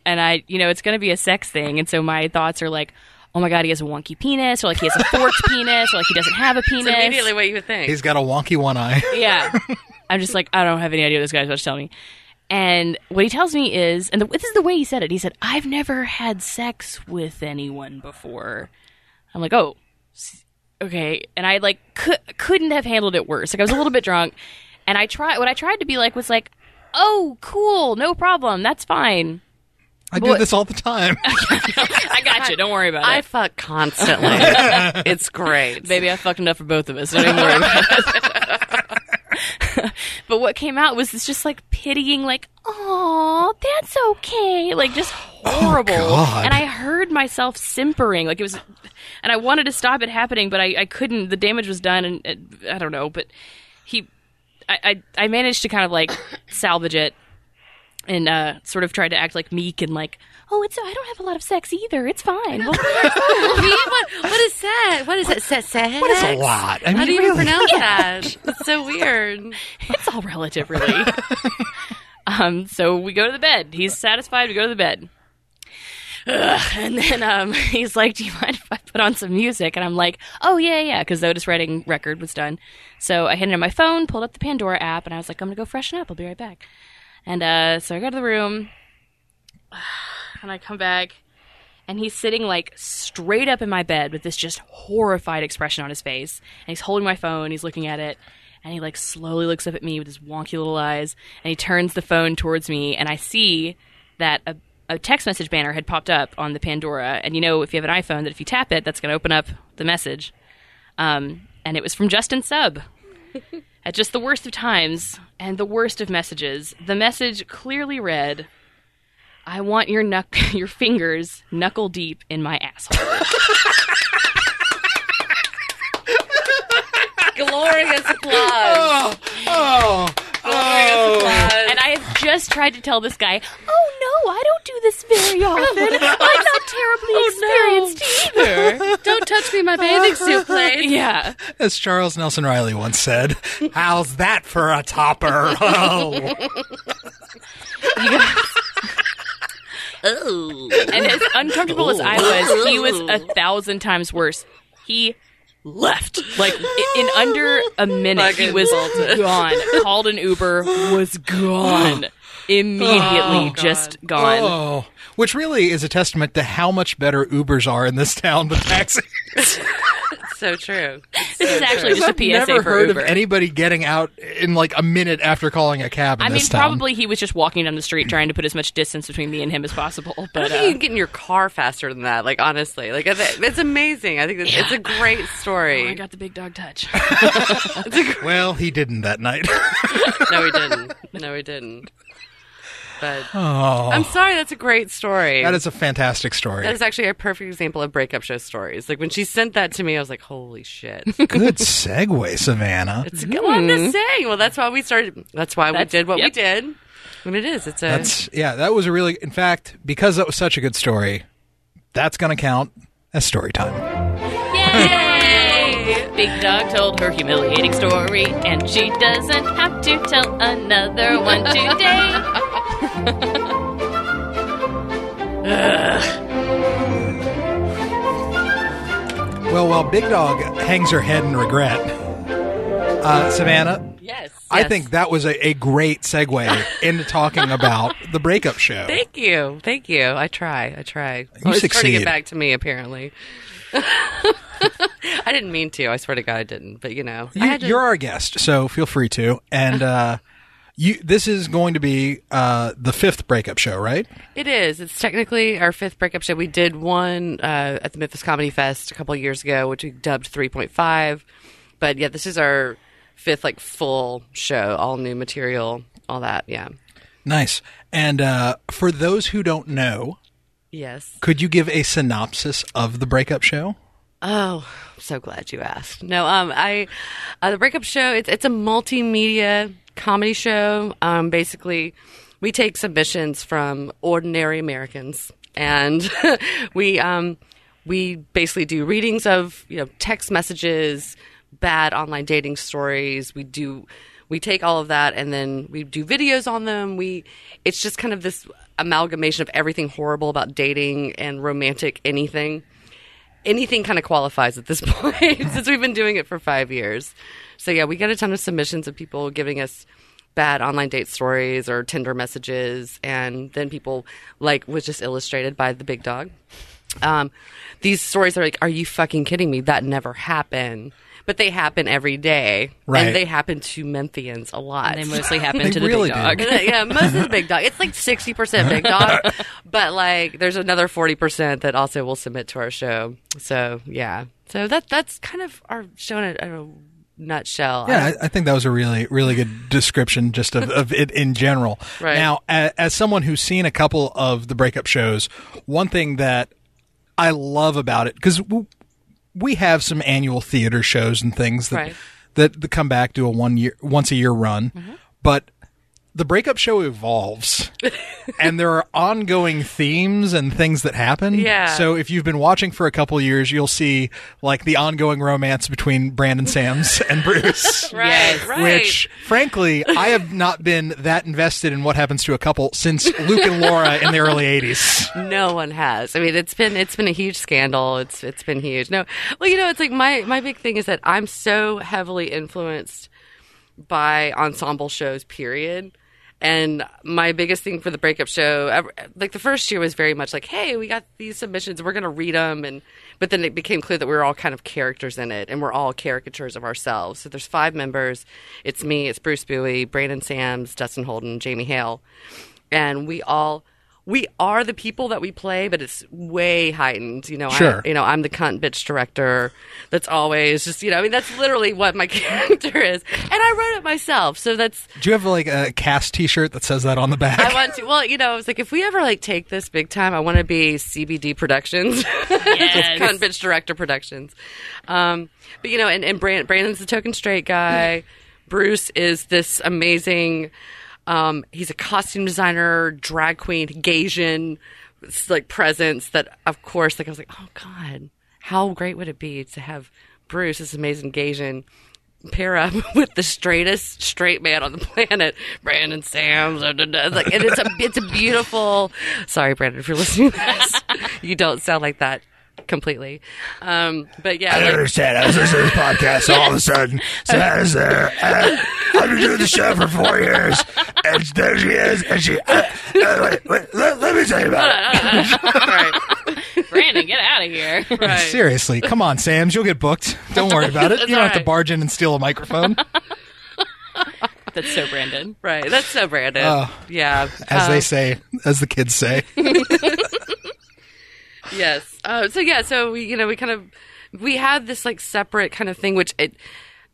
S3: And I, you know, it's going to be a sex thing. And so my thoughts are like, oh my God, he has a wonky penis, or like he has a forked penis, or like he doesn't have a penis.
S4: It's immediately what you would think.
S2: He's got a wonky one eye.
S3: Yeah. I'm just like, I don't have any idea what this guy's about to tell me. And what he tells me is, and the, this is the way he said it. He said, I've never had sex with anyone before. I'm like, oh, s- okay. And I like cou- couldn't have handled it worse. Like I was a little bit drunk, and I tried. What I tried to be like was like, oh, cool, no problem, that's fine.
S2: I do
S3: Boy.
S2: this all the time.
S3: I got you. Don't worry about
S4: I
S3: it.
S4: fuck constantly. it's great.
S3: Baby, I fucked enough for both of us. Don't even worry about it. but what came out was this just like pitying, like, oh, that's okay. Like, just horrible.
S2: God.
S3: and I heard myself simpering. Like, it was, and I wanted to stop it happening, but I, I couldn't. The damage was done, and it, I don't know, but he, I, I, I managed to kind of like salvage it and uh, sort of tried to act like meek and like, oh, it's, I don't have a lot of sex either. It's fine. Well,
S4: what is that? What is that? Sex? What
S2: That's a lot. I mean,
S4: How do you
S2: really.
S4: pronounce that? It's so weird.
S3: it's all relative, really. um, so we go to the bed. He's satisfied. We go to the bed. Ugh, and then um, he's like, "Do you mind if I put on some music?" And I'm like, "Oh yeah, yeah," because Otis Redding record was done. So I handed him my phone, pulled up the Pandora app, and I was like, "I'm gonna go freshen up. I'll be right back." And uh, so I go to the room, and I come back, and he's sitting like straight up in my bed with this just horrified expression on his face and he's holding my phone he's looking at it and he like slowly looks up at me with his wonky little eyes and he turns the phone towards me and i see that a, a text message banner had popped up on the pandora and you know if you have an iphone that if you tap it that's going to open up the message um, and it was from justin sub at just the worst of times and the worst of messages the message clearly read I want your knuck- your fingers knuckle deep in my asshole.
S4: glorious applause.
S2: Oh, oh, oh.
S3: And I have just tried to tell this guy, oh no, I don't do this very often. I'm not terribly experienced either.
S4: Oh,
S3: Uh-huh.
S4: Don't touch me, my bathing suit, please.
S3: Yeah.
S2: As Charles Nelson Riley once said, how's that for a topper? Oh.
S3: And as uncomfortable as I was, he was a thousand times worse. He left. Like, i- in under a minute, he
S4: Fucking
S3: was gone. Called an Uber, was gone.
S4: Oh,
S3: Immediately, just gone.
S2: Oh, which really is a testament to how much better Ubers are in this town with taxis.
S4: So true.
S3: This is actually just a
S2: I've
S3: PSA
S2: never
S3: for
S2: heard
S3: Uber.
S2: of anybody getting out in like a minute after calling a cab. In
S3: I mean,
S2: this town.
S3: probably he was just walking down the street trying to put as much distance between me and him as possible.
S4: I
S3: But
S4: think you
S3: uh,
S4: can get in your car faster than that. Like honestly, like I thi- it's amazing. I think it's, it's a great
S3: I
S4: story.
S3: got the big dog touch.
S2: Well, he didn't that night.
S4: no, he didn't. No, he didn't. But I'm sorry. That's a great story.
S2: Oh. that is a fantastic story.
S4: That is actually a perfect example of breakup show stories. Like when she sent that to me, I was like, "Holy shit!"
S2: Good segue, Savannah.
S4: It's good. Well, I'm just saying. Well, that's why we started. That's why
S3: Mm-hmm. That's-
S4: we did what we
S3: yep.
S4: did. And it is. It's a.
S2: That's yeah, that was a really in fact, because that was such a good story, that's gonna count as story time.
S3: Yay! Big Dog told her humiliating story, and she doesn't have to tell another one today.
S2: Well while Big Dog hangs her head in regret. Uh, Savannah,
S4: yes.
S2: I
S4: Yes.
S2: think that was a, a great segue into talking about the breakup show.
S4: Thank you. Thank you. I try. I try. You Trying to
S2: succeed.
S4: get back to me, apparently. I didn't mean to. I swear to God, I didn't. But you know, I
S2: You,
S4: had to-
S2: you're our guest, so feel free to. And uh, you, this is going to be uh, the fifth breakup show, right?
S4: It is. It's technically our fifth breakup show. We did one uh, at the Memphis Comedy Fest a couple of years ago, which we dubbed 3.5. But yeah, this is our fifth like full show, all new material, all that. Yeah.
S2: Nice. And uh, for those who don't know,
S4: Yes.
S2: could you give a synopsis of the breakup show?
S4: Oh, I'm so glad you asked. No, um, I uh, the breakup show. It's it's a multimedia comedy show. Um, basically, we take submissions from ordinary Americans, and we um, we basically do readings of you know text messages, bad online dating stories. We do we take all of that and then we do videos on them we it's just kind of this amalgamation of everything horrible about dating and romantic anything anything kind of qualifies at this point since we've been doing it for five years. So yeah, we get a ton of submissions of people giving us bad online date stories or Tinder messages, and then people like was just illustrated by the big dog. Um, these stories are like, are you fucking kidding me? That never happened. But they happen every day,
S2: Right.
S4: and they happen to Memphians a lot.
S3: They mostly happen
S2: They
S3: to the
S2: really
S3: Big Dog.
S2: do.
S4: yeah, most of the big dog. It's like sixty percent big dog, but like there's another forty percent that also will submit to our show. So yeah, so that that's kind of our show in a, in a nutshell.
S2: Yeah, I, I think that was a really, really good description just of, of it in general.
S4: Right.
S2: Now, as, as someone who's seen a couple of the breakup shows, one thing that I love about it, because we have some annual theater shows and things that,
S4: Right. Mm-hmm.
S2: that, that come back, do a one year, once a year run, but the breakup show evolves and there are ongoing themes and things that happen.
S4: Yeah.
S2: So if you've been watching for a couple years, you'll see like the ongoing romance between Brandon Sams and Bruce.
S4: right,
S3: Yes.
S4: right.
S2: Which, frankly, I have not been that invested in what happens to a couple since Luke and Laura in the early '80s.
S4: no one has. I mean, it's been it's been a huge scandal. It's it's been huge. No, well, you know, it's like my my big thing is that I'm so heavily influenced by ensemble shows. Period. And my biggest thing for the breakup show, ever- like the first year, was very much like, "Hey, we got these submissions. We're going to read them." And but then it became clear that we were all kind of characters in it, and we're all caricatures of ourselves. So there's five members. It's me. It's Bruce Bowie, Brandon Sams, Dustin Holden, Jamie Hale and we all we are the people that we play, but it's way heightened. You know,
S2: Sure.
S4: I, you know, I'm the cunt bitch director. That's always just you know. I mean, that's literally what my character is, and I wrote it myself. So that's
S2: Do you have like a cast T-shirt that says that on the back?
S4: I want to. Well, you know, I was like, if we ever like take this big time, I want to be CBD Productions,
S3: Yes.
S4: Cunt Bitch Director Productions. Um, but you know, and, and Brand, Brandon's the token straight guy. Bruce is this amazing. Um, he's a costume designer, drag queen, Gaysian, s- like presence. That of course, like I was like, oh god, how great would it be to have Bruce, this amazing Gaysian, pair up with the straightest straight man on the planet, Brandon Sams. da, da, da. It's Like, and it's a it's a beautiful. Sorry, Brandon, if you're listening to this, you don't sound like that completely. Um, but yeah, like-
S5: understand. I was listening to this podcast all of a sudden. Savannah's there. and uh, I've been doing the show for four years. And there she is. And she. Uh, uh, wait, wait, let, let me tell you about it.
S3: Brandon, get out of here.
S2: Seriously, come on, Sam's. You'll get booked. Don't worry about it. You don't have to
S4: alright.
S2: barge in and steal a microphone,
S3: That's so Brandon.
S4: right. That's so Brandon.
S2: Oh.
S4: yeah,
S2: as
S4: Um,
S2: they say, as the kids say.
S4: yes. Uh, so yeah, so we you know we kind of we had this like separate kind of thing, which it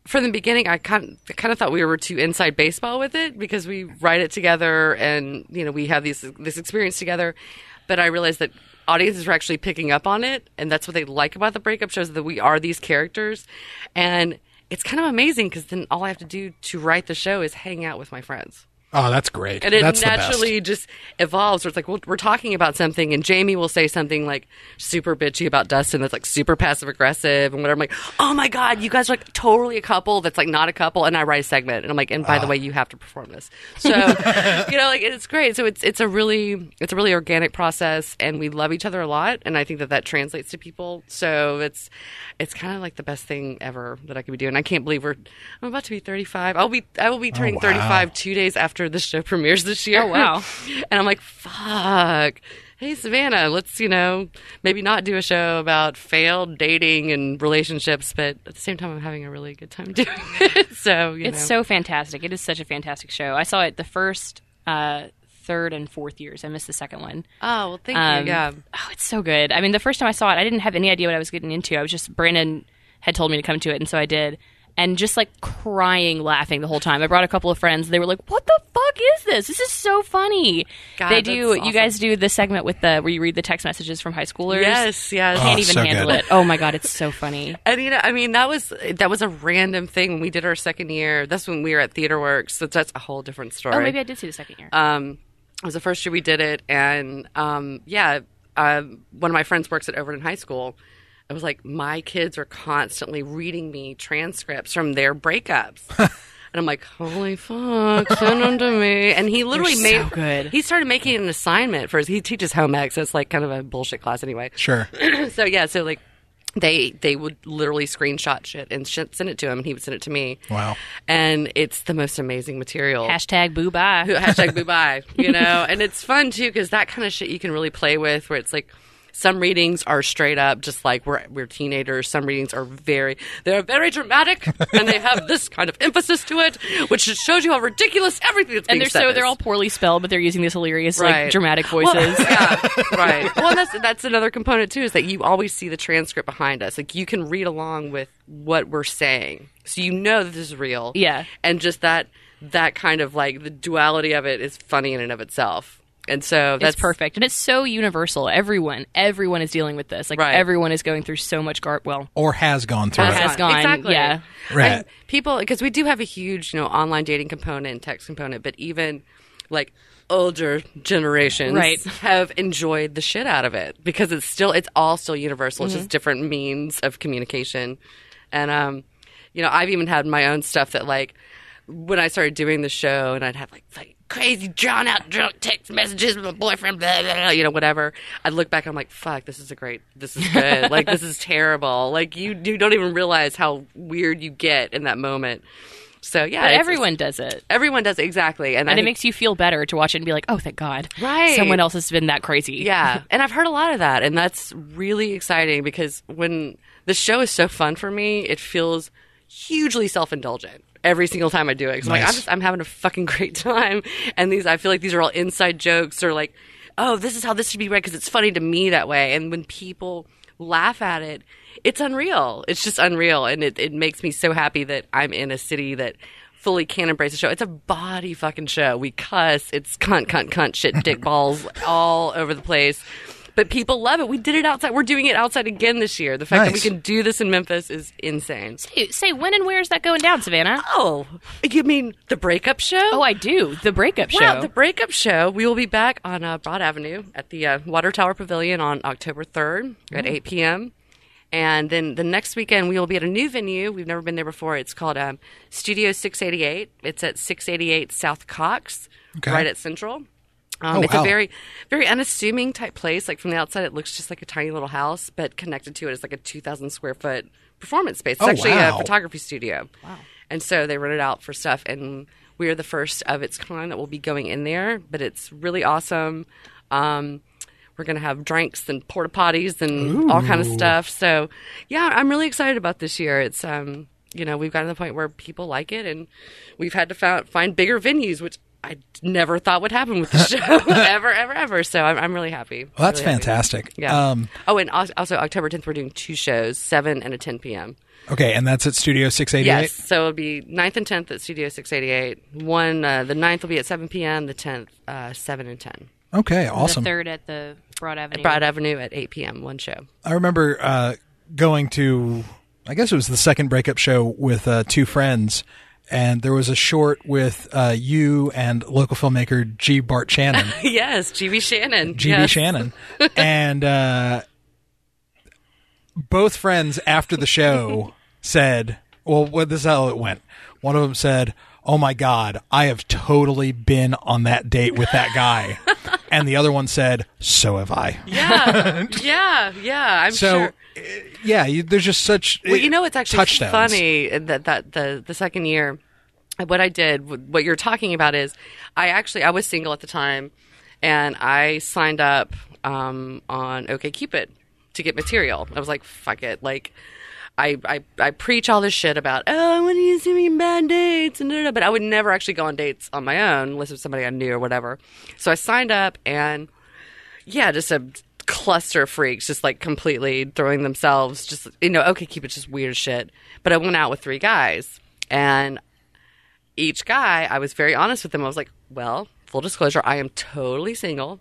S4: from the beginning I kind kind of thought we were too inside baseball with it because we write it together and you know we have these this experience together, but I realized that audiences were actually picking up on it and that's what they like about the breakup shows that we are these characters and it's kind of amazing because then all I have to do to write the show is hang out with my friends.
S2: Oh, that's great.
S4: And it
S2: that's the
S4: naturally just evolves where it's like, well, we're talking about something, and Jamie will say something like super bitchy about Dustin that's like super passive aggressive and whatever. I'm like, oh my God, you guys are like totally a couple that's like not a couple. And I write a segment, and I'm like, and by
S2: Ah.
S4: the way, you have to perform this. So, you know, like it's great. So it's, it's a really, it's a really organic process, and we love each other a lot. And I think that that translates to people. So it's, it's kind of like the best thing ever that I could be doing. I can't believe we're, I'm about to be 35. I'll be, I will be turning
S2: Oh, wow.
S4: 35 two days after the show premieres this year.
S3: Oh, wow.
S4: and I'm like, fuck. Hey, Savannah, let's, you know, maybe not do a show about failed dating and relationships, but at the same time, I'm having a really good time doing it. So, you
S3: It's
S4: know.
S3: so fantastic. It is such a fantastic show. I saw it the first, uh, third, and fourth years. I missed the second one.
S4: oh, well, thank
S3: Um,
S4: you. Yeah.
S3: Oh, it's so good. I mean, the first time I saw it, I didn't have any idea what I was getting into. I was just Brandon had told me to come to it, and so I did. And just like crying, laughing the whole time. I brought a couple of friends. They were like, "What the fuck is this? This is so funny."
S4: God,
S3: they do.
S4: that's
S3: You
S4: awesome.
S3: guys do the segment with the where you read the text messages from high schoolers.
S4: Yes, yes.
S3: can't
S2: Oh,
S3: even
S2: so
S3: handle
S2: good.
S3: it. Oh my god, it's so funny. Oh,
S4: And you know, I mean, that was that was a random thing when we did our second year. That's when we were at Theater Works. So that's a whole different story.
S3: Oh, maybe I did see the second year.
S4: um, it was the first year we did it, and um, yeah, um, one of my friends works at Overton High School. I was like, my kids are constantly reading me transcripts from their breakups. And I'm like, holy fuck, send them to me. And he literally
S3: They're so
S4: made
S3: good.
S4: He started making an assignment for his. He teaches home ec, so it's like kind of a bullshit class anyway
S2: Sure.
S4: so yeah, so like they they would literally screenshot shit and sh- send it to him, and he would send it to me.
S2: Wow.
S4: And it's the most amazing material.
S3: Hashtag boo bye.
S4: Hashtag boo bye, you know, and it's fun too because that kind of shit you can really play with. Where it's like some readings are straight up just like we're we're teenagers. Some readings are very they're very dramatic and they have this kind of emphasis to it, which just shows you how ridiculous everything that's
S3: And
S4: being
S3: they're
S4: said
S3: so they're
S4: is.
S3: all poorly spelled, but they're using these hilarious like
S4: Right.
S3: dramatic voices.
S4: Well, yeah, right. Well, and that's that's another component too is that you always see the transcript behind us. Like you can read along with what we're saying, so you know that this is real.
S3: Yeah.
S4: and just that that kind of like the duality of it is funny in and of itself. And so that's
S3: That's perfect. And it's so universal. Everyone, everyone is dealing with this. Like
S4: Right.
S3: everyone is going through so much gar well,
S2: Or has gone through
S3: Has
S2: it.
S3: gone.
S4: Exactly.
S3: yeah.
S2: Right.
S4: And people, because we do have a huge, you know, online dating component and text component, but even like older generations
S3: Right.
S4: have enjoyed the shit out of it because it's still, it's all still universal. It's
S3: Mm-hmm.
S4: just different means of communication. And, um, you know, I've even had my own stuff that like, when I started doing the show and I'd have like, like crazy drawn out drunk text messages with my boyfriend, blah, blah, blah, you know, whatever. I'd look back and I'm like, fuck, this is a great, this is good. like, this is terrible. Like, you, you don't even realize how weird you get in that moment. So, yeah.
S3: But
S4: it's-
S3: everyone does it.
S4: everyone does it, exactly. And, I
S3: And it
S4: think-
S3: makes you feel better to watch it and be like, oh, thank God.
S4: Right.
S3: Someone else has been that crazy.
S4: Yeah, and I've heard a lot of that, and that's really exciting because when the show is so fun for me, it feels hugely self indulgent every single time I do it. 'Cause I'm like,
S2: Nice.
S4: I'm just I'm having a fucking great time, and these I feel like these are all inside jokes or like oh, this is how this should be read because it's funny to me that way. And when people laugh at it, it's unreal. It's just unreal. And it, it makes me so happy that I'm in a city that fully can embrace the show. It's a body fucking show. We cuss. It's cunt, cunt, cunt, shit, dick, balls all over the place. But people love it. We did it outside. We're doing it outside again this year. The fact that
S2: Nice.
S4: we can do this in Memphis is insane.
S3: Say, say when and where is that going down, Savannah?
S4: Oh, you mean the breakup show?
S3: Oh, I do. The breakup show.
S4: Wow, the breakup show. We will be back on uh, Broad Avenue at the uh, Water Tower Pavilion on October 3rd at
S2: Mm.
S4: 8 p.m. And then the next weekend, we will be at a new venue. We've never been there before. It's called um, Studio 688. It's at 688 South Cox,
S2: Okay.
S4: right at Central. Um,
S2: Oh,
S4: it's
S2: wow.
S4: a very, very unassuming type place. Like from the outside, it looks just like a tiny little house, but connected to it is like a 2,000 square foot performance space. It's
S2: Oh,
S4: actually
S2: wow.
S4: a photography studio. Wow. And so they rent it out for stuff, and we are the first of its kind that will be going in there. But it's really awesome. Um, we're going to have drinks and porta potties and all kind of stuff. So yeah, I'm really excited about this year. It's um, you know, we've gotten to the point where people like it, and we've had to found, find bigger venues, which. I never thought would happen with the show ever, ever, ever. So I'm, I'm really happy.
S2: Well, that's
S4: Really happy.
S2: fantastic.
S4: Yeah.
S2: Um,
S4: oh, and al- also October 10th, we're doing two shows, 7 and a 10 p.m.
S2: okay, and that's at Studio 688?
S4: Yes. So it'll be 9th and 10th at Studio 688. One, uh, the 9th will be at 7 p.m., the 10th, uh, 7 and 10.
S2: Okay,
S3: The
S2: awesome.
S3: third at the Broad Avenue.
S4: Broad Avenue at 8 p.m., one show.
S2: I remember uh, going to, I guess it was the second breakup show with uh, two friends, and there was a short with uh, you and local filmmaker G. Bart Shannon.
S4: yes, G.B. Shannon.
S2: GB
S4: yes.
S2: Shannon. and uh, both friends after the show said, well, well, this is how it went. One of them said, Oh my God, I have totally been on that date with that guy. and the other one said, So have I.
S4: Yeah, yeah, yeah. I'm
S2: So,
S4: sure.
S2: uh, yeah, you, there's just such. uh,
S4: Well, you know, it's actually
S2: touchdowns.
S4: funny that that the the second year, what I did, what you're talking about is, I actually I was single at the time, and I signed up um, on OKCupid to get material. I was like, fuck it, like. I, I, I preach all this shit about oh I want you to see me in bad dates and da, da, da, but I would never actually go on dates on my own unless it was somebody I knew or whatever. So I signed up and yeah, just a cluster of freaks, just like completely throwing themselves, just you know, okay, keep it just weird shit. But I went out with three guys, and each guy, I was very honest with them. I was like, well, full disclosure, I am totally single.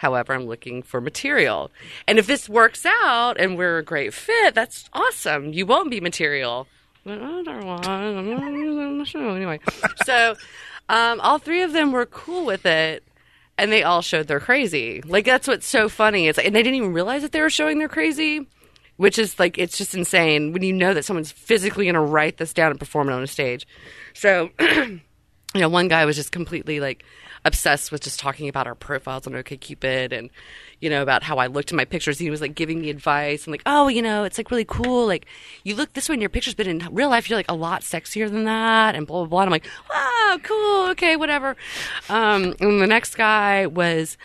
S4: However, I'm looking for material. And if this works out and we're a great fit, that's awesome. You won't be material. But otherwise, I'm not on the show anyway. So, um, all three of them were cool with it and they all showed they're crazy. Like that's what's so funny. It's like, and they didn't even realize that they were showing they're crazy, which is like it's just insane when you know that someone's physically going to write this down and perform it on a stage. So, you know, one guy was just completely like obsessed with just talking about our profiles on OkCupid and you know about how I looked in my pictures. He was like giving me advice and like, oh, you know, it's like really cool. Like you look this way in your pictures, but in real life you're like a lot sexier than that and blah blah blah. And I'm like, wow, cool, okay, whatever. Um, and the next guy was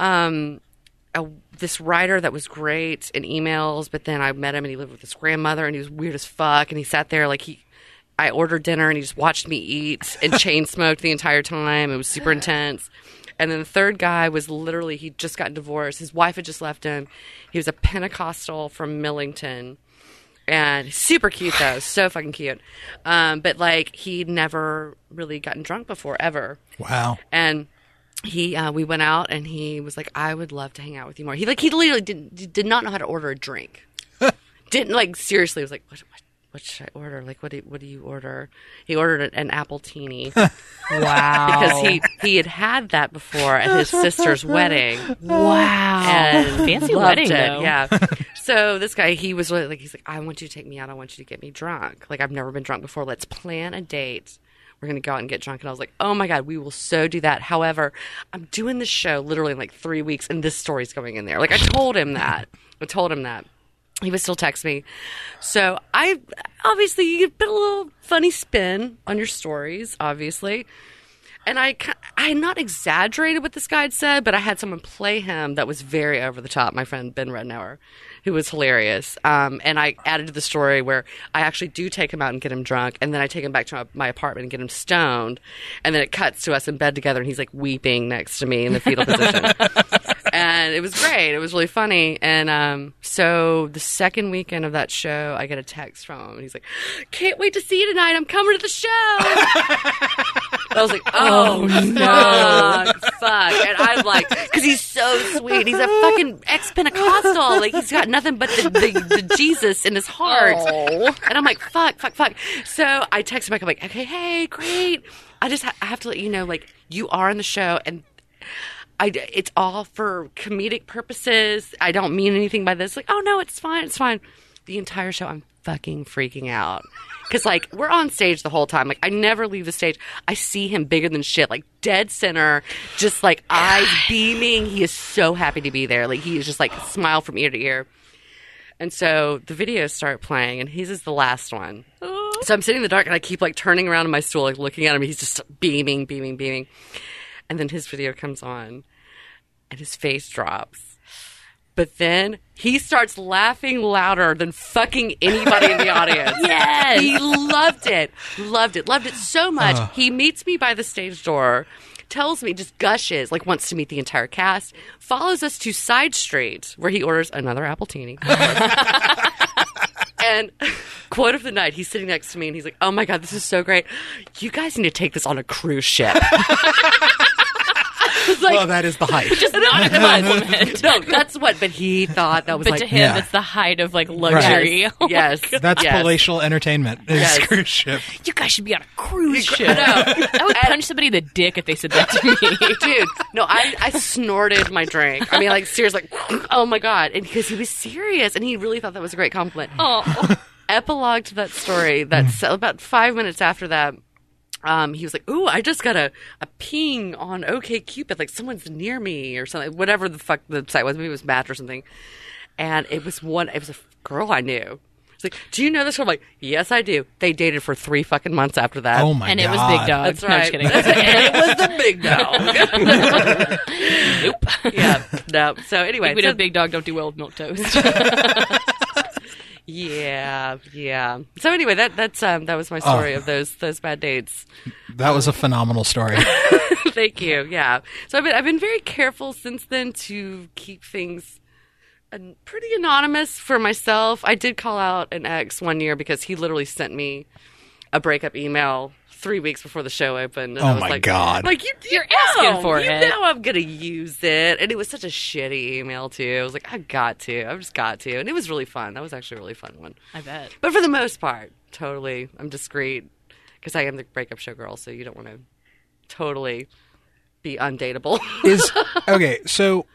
S4: um, a, this writer that was great in emails, but then I met him and he lived with his grandmother and he was weird as fuck. And he sat there like he, I ordered dinner and he just watched me eat and chain smoked the entire time. It was super intense. And then the third guy was literally, he'd just gotten divorced. His wife had just left him. He was a Pentecostal from Millington and super cute though, so fucking cute. Um, but like he'd never really gotten drunk before ever
S2: Wow.
S4: and he uh, we went out and he was like i would love to hang out with you more he like he literally did, did not know how to order a drink didn't like seriously was like what, what what should I order? Like, what do what do you order? He ordered an apple teeny
S3: Wow.
S4: because he he had had that before at his sister's wedding.
S3: wow.
S4: And
S3: Fancy
S4: loved
S3: wedding,
S4: it.
S3: though.
S4: Yeah. so this guy, he was really like, he's like, I want you to take me out. I want you to get me drunk. Like I've never been drunk before. Let's plan a date. We're gonna go out and get drunk. And I was like, Oh my god, we will so do that. However, I'm doing this show literally in like three weeks, and this story's going in there. Like I told him that. I told him that. He would still text me. So I obviously you put a little funny spin on your stories, obviously and I, ki- I had not exaggerated what this guy had said, but I had someone play him that was very over the top. My friend Ben Rednauer, who was hilarious. Um, and I added to the story where I actually do take him out and get him drunk, and then I take him back to my, my apartment and get him stoned, and then it cuts to us in bed together, and he's like weeping next to me in the fetal position. And it was great. It was really funny. And um, so the second weekend of that show, I get a text from him. And he's like, Can't wait to see you tonight. I'm coming to the show. I was like, oh, fuck, fuck. And I'm like, because he's so sweet. He's a fucking ex Pentecostal. Like, he's got nothing but the, the, the Jesus in his heart. And I'm like, fuck, fuck, fuck. So I text him back. I'm like, okay, hey, great. I just ha- I have to let you know, like, you are on the show and. I, d- it's all for comedic purposes. I don't mean anything by this. Like, oh no, it's fine, it's fine. The entire show, I'm fucking freaking out because like we're on stage the whole time. Like, I never leave the stage. I see him bigger than shit, like dead center, just like eyes beaming. He is so happy to be there. Like, he is just like smile from ear to ear. And so the videos start playing, and his is the last one. So I'm sitting in the dark, and I keep like turning around in my stool, like looking at him. He's just beaming, beaming, beaming. And then his video comes on, and his face drops. But then he starts laughing louder than fucking anybody in the audience. yes. He loved it. Loved it. Loved it so much.
S3: Uh.
S4: He meets me by the stage door, tells me, just gushes, like wants to meet the entire cast, follows us to Side Street, where he orders another apple teeny. And quote of the night, he's sitting next to me and he's like, Oh my God, this is so great. You guys need to take this on a cruise ship. It's like,
S2: well, that is the hype.
S3: Just not a compliment.
S4: no, that's what, but he thought that was
S3: but
S4: like,
S3: to him,
S2: Yeah.
S3: it's the height of like luxury. Oh
S4: Yes. yes
S2: That's
S4: yes.
S2: palatial entertainment. It's
S4: Yes.
S2: cruise ship.
S3: You guys should be on a cruise ship. I would punch somebody in the dick if they said that to me.
S4: Dude, no, I, I snorted my drink. I mean, like, seriously, like, oh my God. And because he was serious and he really thought that was a great compliment.
S3: Oh,
S4: Epilogue to that story,
S3: Hmm.
S4: that's about five minutes after that. Um, he was like, "Ooh, I just got a, a ping on OK Cupid, like someone's near me or something, whatever the fuck the site was. Maybe it was Match or something." And it was one. It was a girl I knew. She's like, "Do you know this?" girl?" I'm like, "Yes, I do." They dated for three fucking months after that.
S2: Oh my
S3: and
S2: god!
S3: it was big dog.
S4: That's
S3: No, I'm
S4: right.
S3: just kidding.
S4: it was the big
S3: nope.
S4: dog. yeah. No. So anyway,
S3: We
S4: so-
S3: know big dog don't do well with milk toast.
S4: yeah, yeah. So anyway, that that's um that was my story of those those bad dates.
S2: That was a phenomenal story.
S4: Thank you. Yeah. So I've been I've been very careful since then to keep things an- pretty anonymous for myself. I did call out an ex one year because he literally sent me a breakup email three weeks before the show opened.
S2: Oh
S4: And I was
S2: my
S4: like,
S2: God.
S4: Like you,
S3: You're asking for
S4: you
S3: it.
S4: know I'm gonna use it, and it was such a shitty email too. I was like, I got to. I've just got to, and it was really fun. That was actually a really fun one.
S3: I bet.
S4: But for the most part, totally, I'm discreet because I am the breakup show girl. So you don't want to totally be undateable.
S2: is okay. So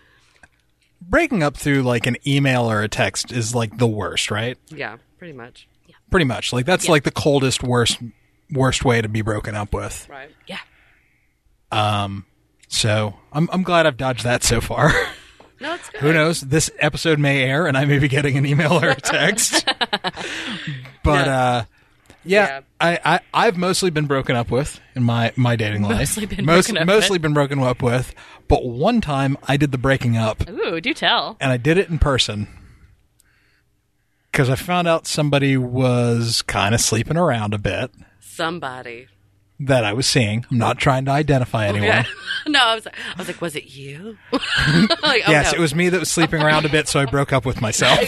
S2: breaking up through like an email or a text is like the worst, right?
S4: yeah, pretty much.
S2: Pretty much. Like that's like the coldest, worst, worst way to be broken up with.
S4: Right.
S3: Yeah.
S2: So I'm I'm glad I've dodged that so far.
S4: No, it's good.
S2: Who knows? This episode may air, and I may be getting an email or a text. but uh, yeah,
S4: Yeah.
S2: I, I I've mostly been broken up with in my my dating life.
S3: Mostly been broken up
S2: mostly
S3: with.
S2: been broken up with. But one time I did the breaking up,
S3: Ooh, do tell.
S2: and I did it in person because I found out somebody was kind of sleeping around a bit
S4: Somebody.
S2: that I was seeing. I'm not trying to identify anyone.
S4: Yeah. no, I was. I was like, was it you? like, oh,
S2: Yes,
S4: no.
S2: it was me that was sleeping around a bit, so I broke up with myself.
S3: You're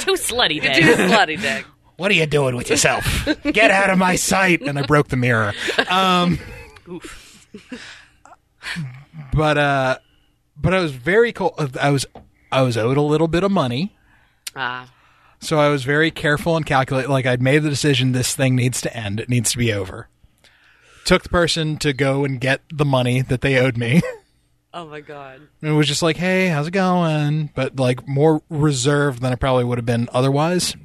S3: too slutty,
S4: Dude,
S3: Dave.
S4: it's bloody dick.
S2: what are you doing with yourself? Get out of my sight! And I broke the mirror. Um, but uh, but I was very cold. I was I was owed a little bit of money,
S4: Ah,
S2: so I was very careful and calculate. Like I'd made the decision: this thing needs to end. It needs to be over. Took the person to go and get the money that they owed me.
S4: oh my god.
S2: And it was just like, hey, how's it going? But like more reserved than I probably would have been otherwise.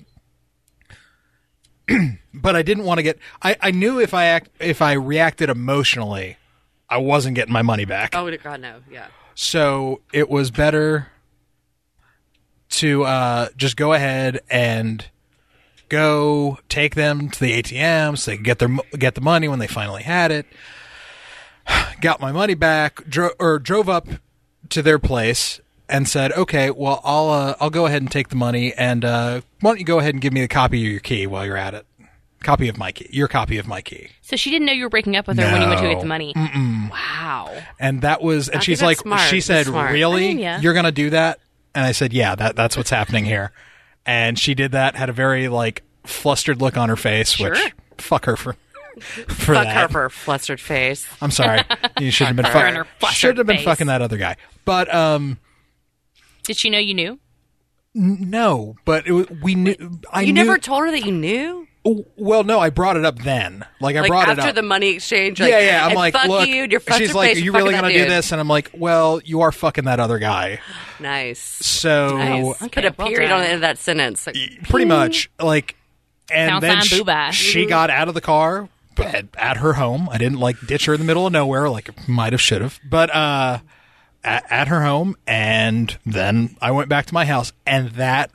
S2: but I didn't want to get. I, I knew if I act if I reacted emotionally, I wasn't getting my money back.
S4: Oh god, no. Yeah.
S2: So it was better to uh, just go ahead and go take them to the ATM so they could get their mo- get the money when they finally had it. Got my money back, dro- or drove up to their place, and said, "Okay, well, I'll uh, I'll go ahead and take the money, and uh, why don't you go ahead and give me the copy of your key while you're at it? Copy of my key, your copy of my key."
S3: So she didn't know you were breaking up with her when you went to go
S2: No. Mm.
S3: get the money. Wow.
S2: And that was, and
S4: I
S2: she's
S4: think
S2: like,
S4: that's smart.
S2: she
S4: That's
S2: said,
S4: smart.
S2: "Really,
S3: I mean, yeah.
S2: you're gonna do that?" And I said, "Yeah, that that's what's happening here." And she did that, had a very like flustered look on her face,
S3: Sure.
S2: which fuck her for for
S4: Fuck
S2: that.
S4: her for her flustered face.
S2: I'm sorry, you should have been
S3: Fuck her in her
S2: fucking
S3: flustered
S2: should have been
S3: face.
S2: fucking that other guy, but um.
S3: Did she know you knew?
S2: No, but it, wa- we knew. I
S4: You
S2: knew,
S4: never told her that you knew.
S2: oh, Well, no, I brought it up then. Like I
S4: Like
S2: brought
S4: after
S2: it up.
S4: the money exchange. Like,
S2: yeah, yeah. I'm
S4: and
S2: like,
S4: fuck
S2: look.
S4: you. and Your flustered
S2: she's like,
S4: face.
S2: are
S4: you're
S2: you really
S4: fucking
S2: gonna
S4: that
S2: do
S4: dude."
S2: this? And I'm like, well, you are fucking that other guy.
S4: Nice.
S2: So
S4: Nice.
S3: Okay,
S4: Put a
S3: well
S4: period
S3: done.
S4: on the end of that sentence. Like,
S2: pretty much, like, and
S3: Sounds
S2: then
S3: fine,
S2: she,
S3: boo-bye.
S2: she got out of the car at, at her home. I didn't like ditch her in the middle of nowhere, like might have, should have, but uh, at, at her home, and then I went back to my house, and that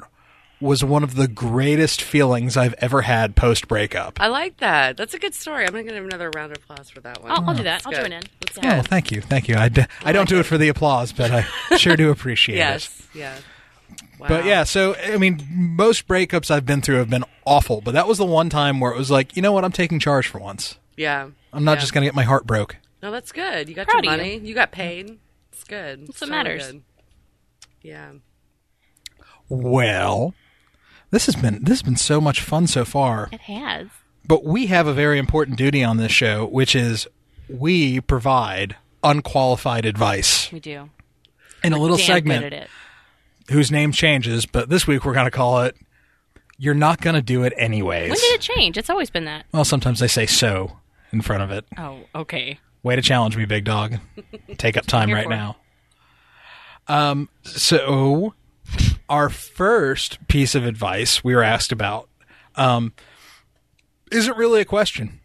S2: was one of the greatest feelings I've ever had post breakup.
S4: I like that. That's a good story. I'm gonna give another round of applause for that one.
S3: I'll, I'll do that. I'll
S4: good.
S3: join in. Let's go.
S2: Oh, thank you, thank you. I, d- I don't do it for the applause, but I sure do appreciate it.
S4: yes. Yeah. Wow.
S2: But yeah, so I mean, most breakups I've been through have been awful, but that was the one time where it was like, you know what, I'm taking charge for once.
S4: Yeah.
S2: I'm not
S4: Yeah.
S2: just gonna get my heart broke.
S4: No, that's good. You got
S3: Proud
S4: your
S3: of
S4: money. You. got paid. It's good. That's
S3: what matters.
S4: Yeah.
S2: Well, this has been this has been so much fun so far,
S3: It has.
S2: but we have a very important duty on this show, which is we provide unqualified advice
S3: We do.
S2: in a little
S3: Damn
S2: segment
S3: good at it.
S2: whose name changes, but this week we're gonna call it "You're Not Gonna Do It Anyways."
S3: When did it change? It's always been that.
S2: Well, sometimes they say "so" in front of it.
S3: Oh, okay.
S2: Way to challenge me, big dog. Take up time
S3: here
S2: right
S3: for it.
S2: now. Um, so our first piece of advice we were asked about um, isn't really a question,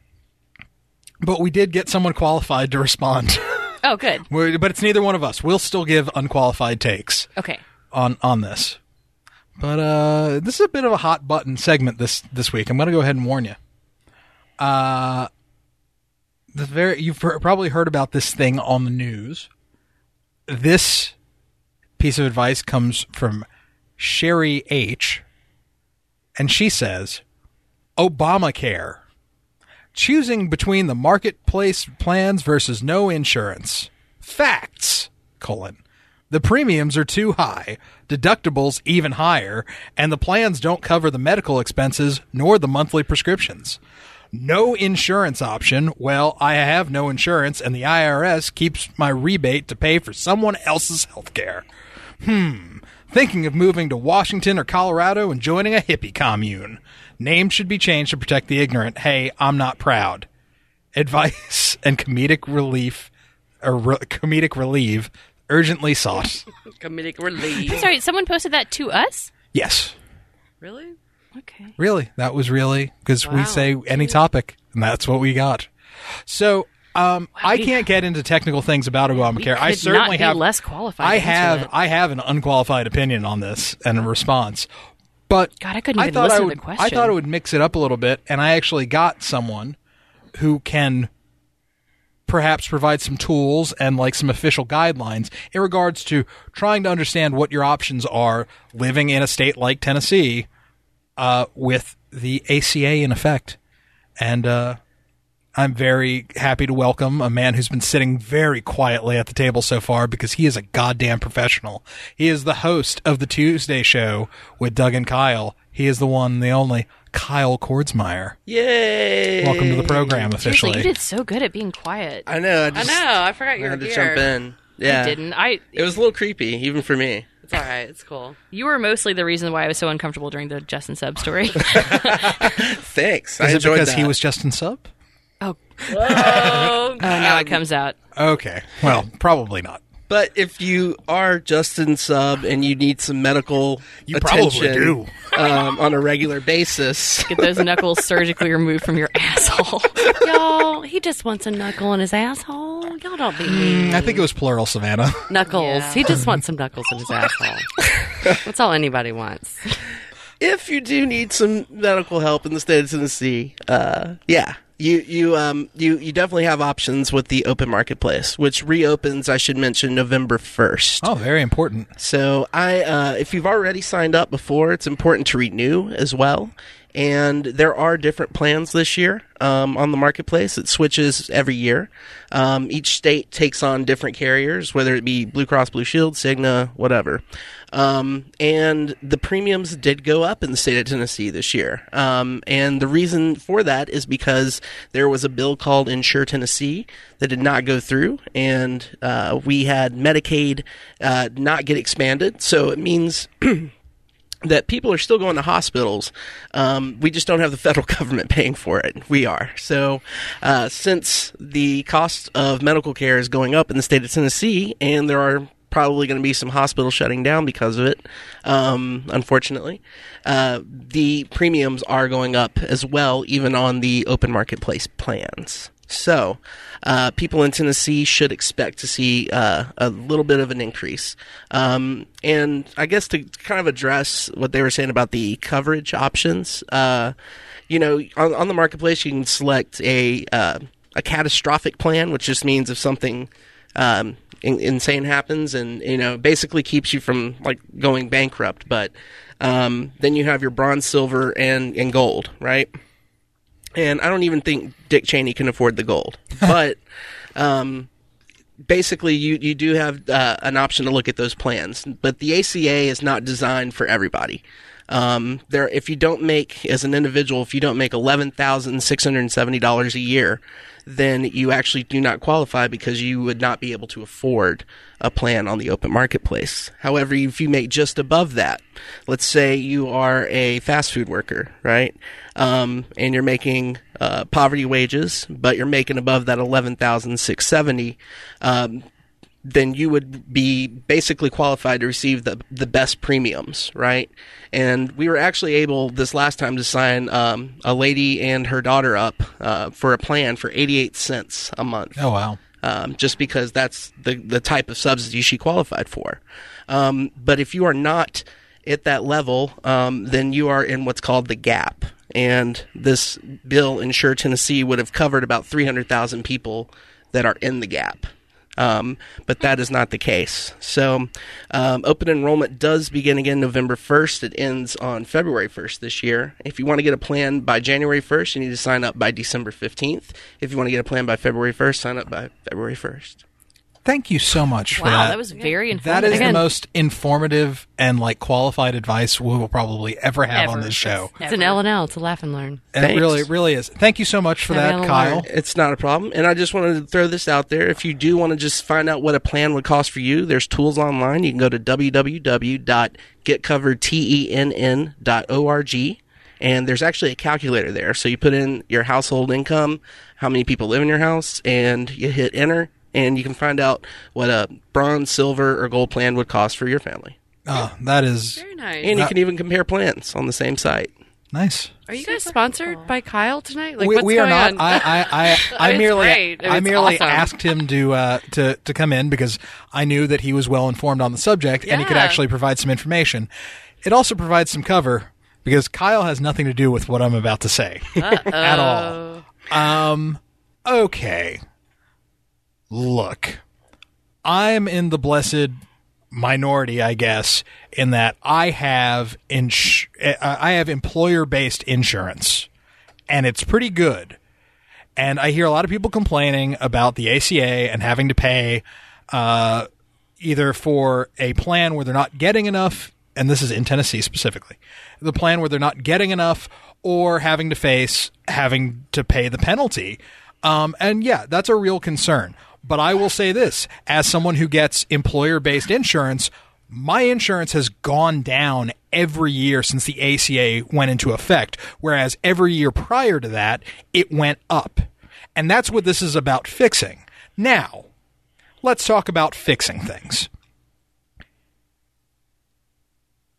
S2: but we did get someone qualified to respond.
S3: Oh, good.
S2: We- but it's neither one of us. We'll still give unqualified takes
S3: Okay.
S2: on on this. But uh, this is a bit of a hot button segment this this week. I'm going to go ahead and warn you. Uh, the very you've pr- probably heard about this thing on the news. This piece of advice comes from Sherry H, and she says, "Obamacare." Choosing between the marketplace plans versus no insurance. Facts, colon. The premiums are too high, deductibles even higher, and the plans don't cover the medical expenses nor the monthly prescriptions. No insurance option. Well, I have no insurance, and the IRS keeps my rebate to pay for someone else's health care. Hmm. Thinking of moving to Washington or Colorado and joining a hippie commune. Name should be changed to protect the ignorant. Hey, I'm not proud advice and comedic relief or re- comedic relief urgently sought.
S4: Comedic relief.
S3: Sorry, someone posted that to us?
S2: yes.
S4: really?
S3: Okay.
S2: Really? That was really because
S4: Wow.
S2: we say any topic and that's what we got. So, um, I can't get into technical things about Obamacare. I
S3: could
S2: certainly
S3: not be
S2: have
S3: less qualified
S2: I
S3: to answer
S2: have
S3: that.
S2: I have an unqualified opinion on this and a response. But
S3: God, I couldn't even
S2: thought
S3: listen
S2: I
S3: to
S2: would,
S3: the question.
S2: I thought it would mix it up a little bit, and I actually got someone who can perhaps provide some tools and like some official guidelines in regards to trying to understand what your options are living in a state like Tennessee uh, with the ACA in effect. And uh, I'm very happy to welcome a man who's been sitting very quietly at the table so far because he is a goddamn professional. He is the host of the Tuesday show with Doug and Kyle. He is the one, the only Kyle Kordsmeyer.
S6: Yay!
S2: Welcome to the program
S3: Seriously,
S2: officially.
S3: you did so good at being quiet. I
S6: I know. I,
S4: I
S6: just,
S4: know. I forgot
S6: I
S4: you were
S6: had to
S4: here.
S6: jump in.
S2: uh,
S6: Yeah.
S3: didn't. I
S6: It was a little creepy, even for me.
S4: It's all right. It's cool.
S3: you were mostly the reason why I was so uncomfortable during the Justin Sub story.
S6: Thanks. I
S2: Is it
S6: enjoyed
S2: because
S6: that.
S2: he was Justin Sub?
S4: Oh,
S3: oh, now it comes out.
S2: Okay. Well, probably not.
S6: But if you are Justin Sub and you need some medical
S2: You probably
S6: attention
S2: do.
S6: Um, on a regular basis,
S3: Get those knuckles surgically removed from your asshole.
S4: y'all, he just wants a knuckle in his asshole. Y'all don't be mean.
S2: I think it was plural, Savannah.
S4: Knuckles.
S3: Yeah.
S4: He just wants some knuckles in his asshole. That's all anybody wants.
S6: if you do need some medical help in the state of Tennessee, uh, yeah, you you um you you definitely have options with the open marketplace, which reopens. I should mention November first.
S2: Oh, very important.
S6: So I, uh, if you've already signed up before, it's important to renew as well. And there are different plans this year um, on the marketplace. It switches every year. Um, each state takes on different carriers, whether it be Blue Cross Blue Shield, Cigna, whatever. Um, and the premiums did go up in the state of Tennessee this year. Um, and the reason for that is because there was a bill called Insure Tennessee that did not go through, and uh, we had Medicaid uh, not get expanded. So it means that people are still going to hospitals. Um, we just don't have the federal government paying for it. We are. So, uh, since the cost of medical care is going up in the state of Tennessee, and there are probably going to be some hospitals shutting down because of it, um, unfortunately, uh, the premiums are going up as well, even on the open marketplace plans. So, uh, people in Tennessee should expect to see uh, a little bit of an increase. Um, and I guess to kind of address what they were saying about the coverage options, uh, you know, on, on the marketplace, you can select a uh, a catastrophic plan, which just means if something um, in- insane happens and you know basically keeps you from like going bankrupt. But um, then you have your bronze, silver, and and gold, right? and I don't even think Dick Cheney can afford the gold. But um, basically, you you do have uh, an option to look at those plans. But the ACA is not designed for everybody. Um, there, if you don't make as an individual, if you don't make eleven thousand six hundred and seventy dollars a year, then you actually do not qualify because you would not be able to afford a plan on the open marketplace. However, if you make just above that, let's say you are a fast food worker, right? Um, and you're making uh, poverty wages, but you're making above that eleven thousand six seventy. Um, then you would be basically qualified to receive the the best premiums, right? And we were actually able this last time to sign um, a lady and her daughter up uh, for a plan for eighty eight cents a month
S2: Oh, wow.
S6: um, just because that's the the type of subsidy she qualified for. Um, but if you are not at that level, um, then you are in what's called the gap. And this bill, Insure Tennessee, would have covered about 300,000 people that are in the gap. Um, but that is not the case. So, um, open enrollment does begin again November 1st. It ends on February 1st this year. If you want to get a plan by January 1st, you need to sign up by December 15th. If you want to get a plan by February 1st, sign up by February 1st.
S2: Thank you so much for
S3: Wow,
S2: that.
S3: that was very
S2: That
S3: informative.
S2: is the most informative and like qualified advice we will probably ever have on
S3: Ever.
S2: this show.
S4: It's an L and L. It's a laugh and learn.
S2: And it
S6: Thanks.
S2: really, it really is. Thank you so much for
S4: Have
S2: that,
S4: you
S2: Kyle.
S4: learned?
S6: It's not a problem. And I just wanted to throw this out there. If you do want to just find out what a plan would cost for you, there's tools online. You can go to E www.getcoveredtenn.org. And there's actually a calculator there. So you put in your household income, how many people live in your house, and you hit enter, and you can find out what a bronze, silver, or gold plan would cost for your family.
S2: Oh, that is
S4: Very nice.
S6: And you can even compare plans on the same site.
S2: nice.
S4: are you guys sponsored by Kyle tonight? Like,
S2: we,
S4: what's
S2: we are
S4: going
S2: not.
S4: on?
S2: I, I, I, I
S4: It's
S2: merely,
S4: great.
S2: I
S4: It's
S2: merely
S4: awesome.
S2: asked him to uh, to to come in because I knew that he was well informed on the subject and he could
S4: Yeah.
S2: actually provide some information. It also provides some cover because Kyle has nothing to do with what I'm about to say at all. Um. Okay. Look, I'm in the blessed minority, I guess, in that I have ins- uh, I have employer based insurance, and it's pretty good. And I hear a lot of people complaining about the ACA and having to pay uh, either for a plan where they're not getting enough, and this is in Tennessee specifically, the plan where they're not getting enough or having to face having to pay the penalty. Um, and yeah, that's a real concern. But I will say this as someone who gets employer based insurance, my insurance has gone down every year since the ACA went into effect, whereas every year prior to that, it went up. And that's what this is about fixing. Now, let's talk about fixing things.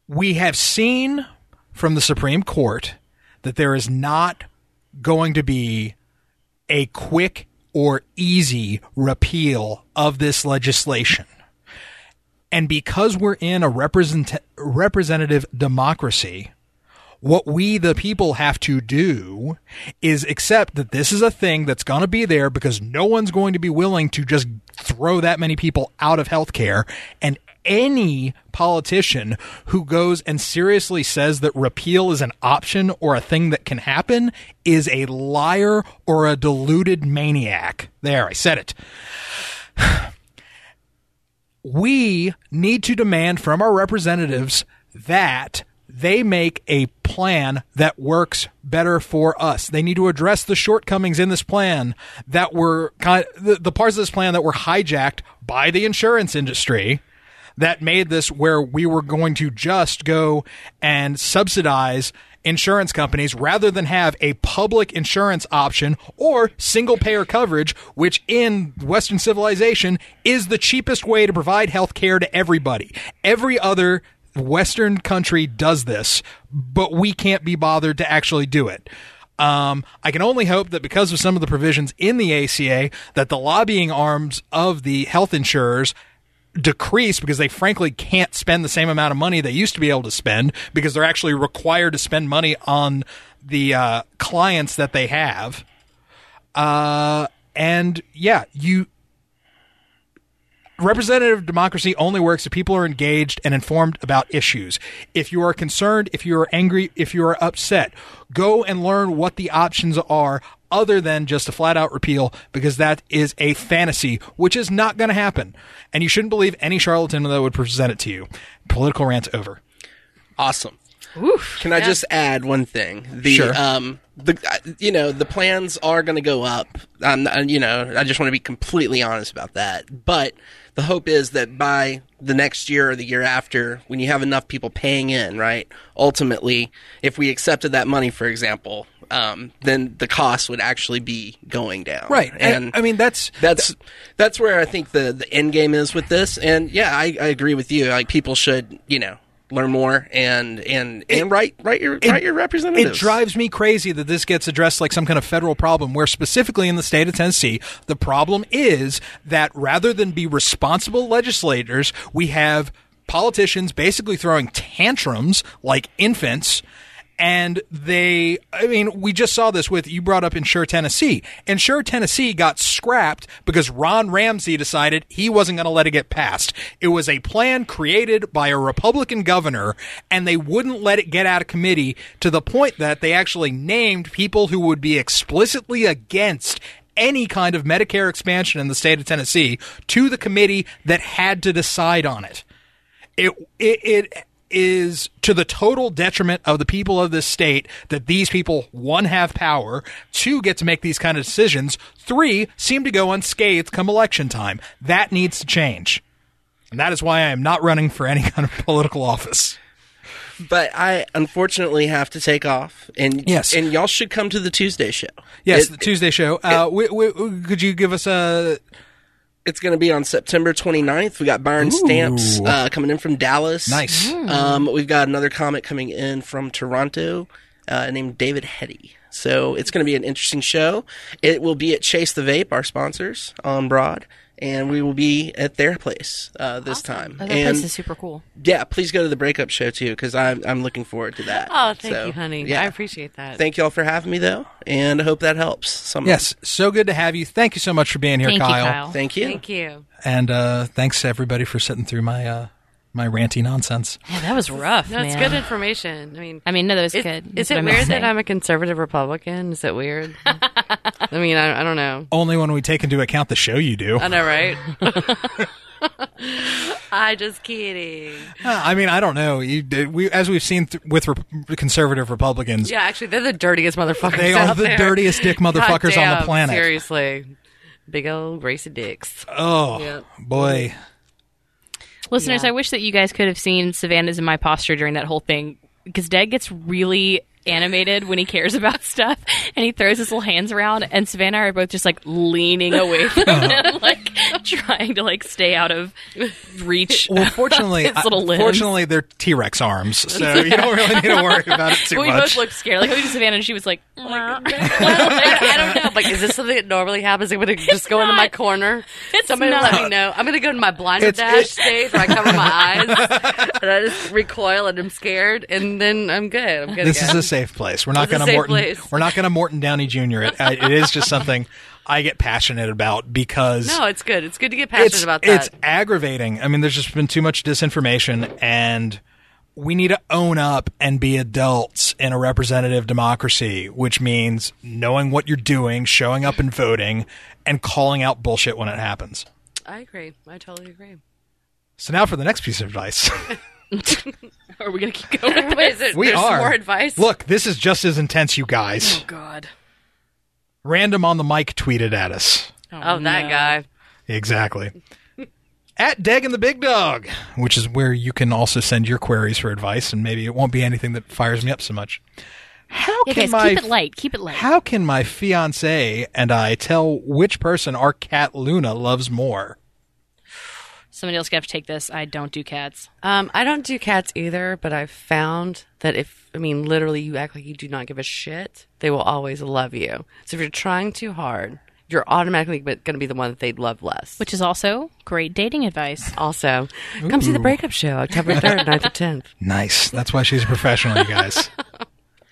S2: We have seen from the Supreme Court that there is not going to be a quick or easy repeal of this legislation. And because we're in a represent- representative democracy, What we, the people, have to do is accept that this is a thing that's going to be there because no one's going to be willing to just throw that many people out of healthcare. And any politician who goes and seriously says that repeal is an option or a thing that can happen is a liar or a deluded maniac. There, I said it we need to demand from our representatives that they make a plan that works better for us. They need to address the shortcomings in this plan that were kind the, the parts of this plan that were hijacked by the insurance industry that made this where we were going to just go and subsidize insurance companies rather than have a public insurance option or single payer coverage, which in Western civilization is the cheapest way to provide health care to everybody. Every other Western country does this, but we can't be bothered to actually do it. Um, I can only hope that because of some of the provisions in the ACA, that the lobbying arms of the health insurers decrease because they frankly can't spend the same amount of money they used to be able to spend because they're actually required to spend money on the uh, clients that they have. Uh, and yeah, you representative democracy only works if people are engaged and informed about issues. If you are concerned, if you are angry, if you are upset, go and learn what the options are other than just a flat out repeal because that is a fantasy which is not going to happen. And you shouldn't believe any charlatan that would present it to you. Political rants over.
S6: Awesome. Can I just add one thing? The
S2: Sure.
S6: um the uh, you know the plans are going to go up. Um, uh, you know I just want to be completely honest about that. But the hope is that by the next year or the year after, when you have enough people paying in, right? Ultimately, if we accepted that money, for example, um, then the cost would actually be going down.
S2: Right. And, I mean that's
S6: that's that's where I think the the end game is with this. And yeah, I, I agree with you. Like people should you know learn more and and and write write your write your representatives.
S2: It drives me crazy that this gets addressed like some kind of federal problem, where specifically in the state of Tennessee, the problem is that rather than be responsible legislators, we have politicians basically throwing tantrums like infants. And they, I mean, we just saw this with, you brought up Insure Tennessee. Insure Tennessee got scrapped because Ron Ramsey decided he wasn't going to let it get passed. It was a plan created by a Republican governor, and they wouldn't let it get out of committee to the point that they actually named people who would be explicitly against any kind of Medicare expansion in the state of Tennessee to the committee that had to decide on it it it, it is to the total detriment of the people of this state that these people one have power two get to make these kind of decisions three seem to go unscathed come election time that needs to change and that is why i am not running for any kind of political office
S6: But I unfortunately have to take off. And
S2: Yes.
S6: and y'all should come to the Tuesday show.
S2: yes
S6: It-
S2: the tuesday show uh we, we, we- could you give us a
S6: it's going to be on September 29th. We got Byron Stamps uh, coming in from Dallas.
S2: Nice.
S4: Hmm.
S6: Um, we've got another comic coming in from Toronto uh, named David Hetty. So it's going to be an interesting show. It will be at Chase the Vape, our sponsors on Broad, and we will be at their place uh, this time.
S4: Oh, That
S6: and
S4: place is super cool.
S6: yeah, please go to the breakup show too because I'm I'm looking forward to that.
S4: Oh, thank
S6: So,
S4: you, honey.
S6: Yeah.
S4: I appreciate that.
S6: Thank y'all for having me though, and I hope that helps. Some
S2: yes so good to have you thank you so much for being here
S3: Thank
S2: kyle,
S3: you, Kyle.
S6: Thank you.
S4: Thank you.
S2: and uh thanks to everybody for sitting through my uh my ranty nonsense
S7: Yeah, that was rough.
S4: No, it's
S7: man.
S4: good information. I mean,
S3: I mean, no, that was
S4: is,
S3: good.
S4: is
S3: That's what
S4: it
S3: I meant
S4: weird
S3: to
S4: that
S3: say.
S4: I'm a conservative Republican? Is it weird? I mean, I, I don't know.
S2: only when we take into account the show you do
S4: I know, right? I just kidding.
S2: Uh, I mean, I don't know. You, we, as we've seen th- with re- conservative Republicans,
S4: Yeah, actually, they're the dirtiest motherfuckers.
S2: They are
S4: out
S2: the
S4: there.
S2: dirtiest dick motherfuckers on the
S4: Goddamn,
S2: planet.
S4: Seriously, big old racy dicks.
S2: oh boy,
S3: Listeners, I wish that you guys could have seen Savannah's in my posture during that whole thing because Dad gets really animated when he cares about stuff and he throws his little hands around and Savannah and I are both just like leaning away from
S2: Uh-huh.
S3: him like trying to like stay out of reach.
S2: well, fortunately,
S3: His little
S2: I,
S3: limbs.
S2: fortunately, they're T Rex arms, so you don't really need to worry about it too
S3: we
S2: much.
S3: both looked scared. Like I looked at Savannah and she was like, "Meow."
S4: I don't know, but Like, is this something that normally happens? I'm gonna just go into my
S3: not.
S4: corner.
S3: It's
S4: Somebody
S3: not.
S4: let me know. I'm gonna go into my blinder
S2: It's-
S4: dash
S2: it-
S4: stage where I cover my eyes and I just recoil and I'm scared and then I'm good. I'm good
S2: This
S4: again.
S2: is a safe place. We're not
S4: This is
S2: going to
S4: a safe
S2: Morton.
S4: place.
S2: We're not going to Morton Downey Jr. It, I- it is just something I get passionate about because
S4: no, it's good. It's good to get passionate
S2: it's,
S4: about that.
S2: It's aggravating. I mean, there's just been too much disinformation, and we need to own up and be adults in a representative democracy, which means knowing what you're doing, showing up and voting, and calling out bullshit when it happens.
S4: I agree. I totally agree.
S2: So now for the next piece of advice.
S3: Are we gonna keep going? with
S4: Wait, is it,
S2: We
S4: there's
S2: are.
S4: more advice.
S2: Look, this is just as intense, you
S3: this?
S2: guys.
S3: Oh God.
S2: Random on the mic tweeted at us.
S4: Oh, that
S3: no.
S4: guy.
S2: Exactly. At Deg and the Big Dog, which is where you can also send your queries for advice, and maybe it won't be anything that fires me up so much. How
S3: Yeah,
S2: can
S3: guys,
S2: my
S3: keep it light. Keep it light.
S2: how can my fiance and I tell which person our cat Luna loves more?
S3: Somebody else gonna have to take this. I don't do cats.
S4: Um, I don't do cats either, but I've found that if I mean literally you act like you do not give a shit, they will always love you. So if you're trying too hard, you're automatically going to be the one that they'd love less.
S3: Which is also great dating advice.
S4: also, come see the breakup show October 3rd, 9th, and 10th.
S2: Nice. That's why she's a professional, you guys.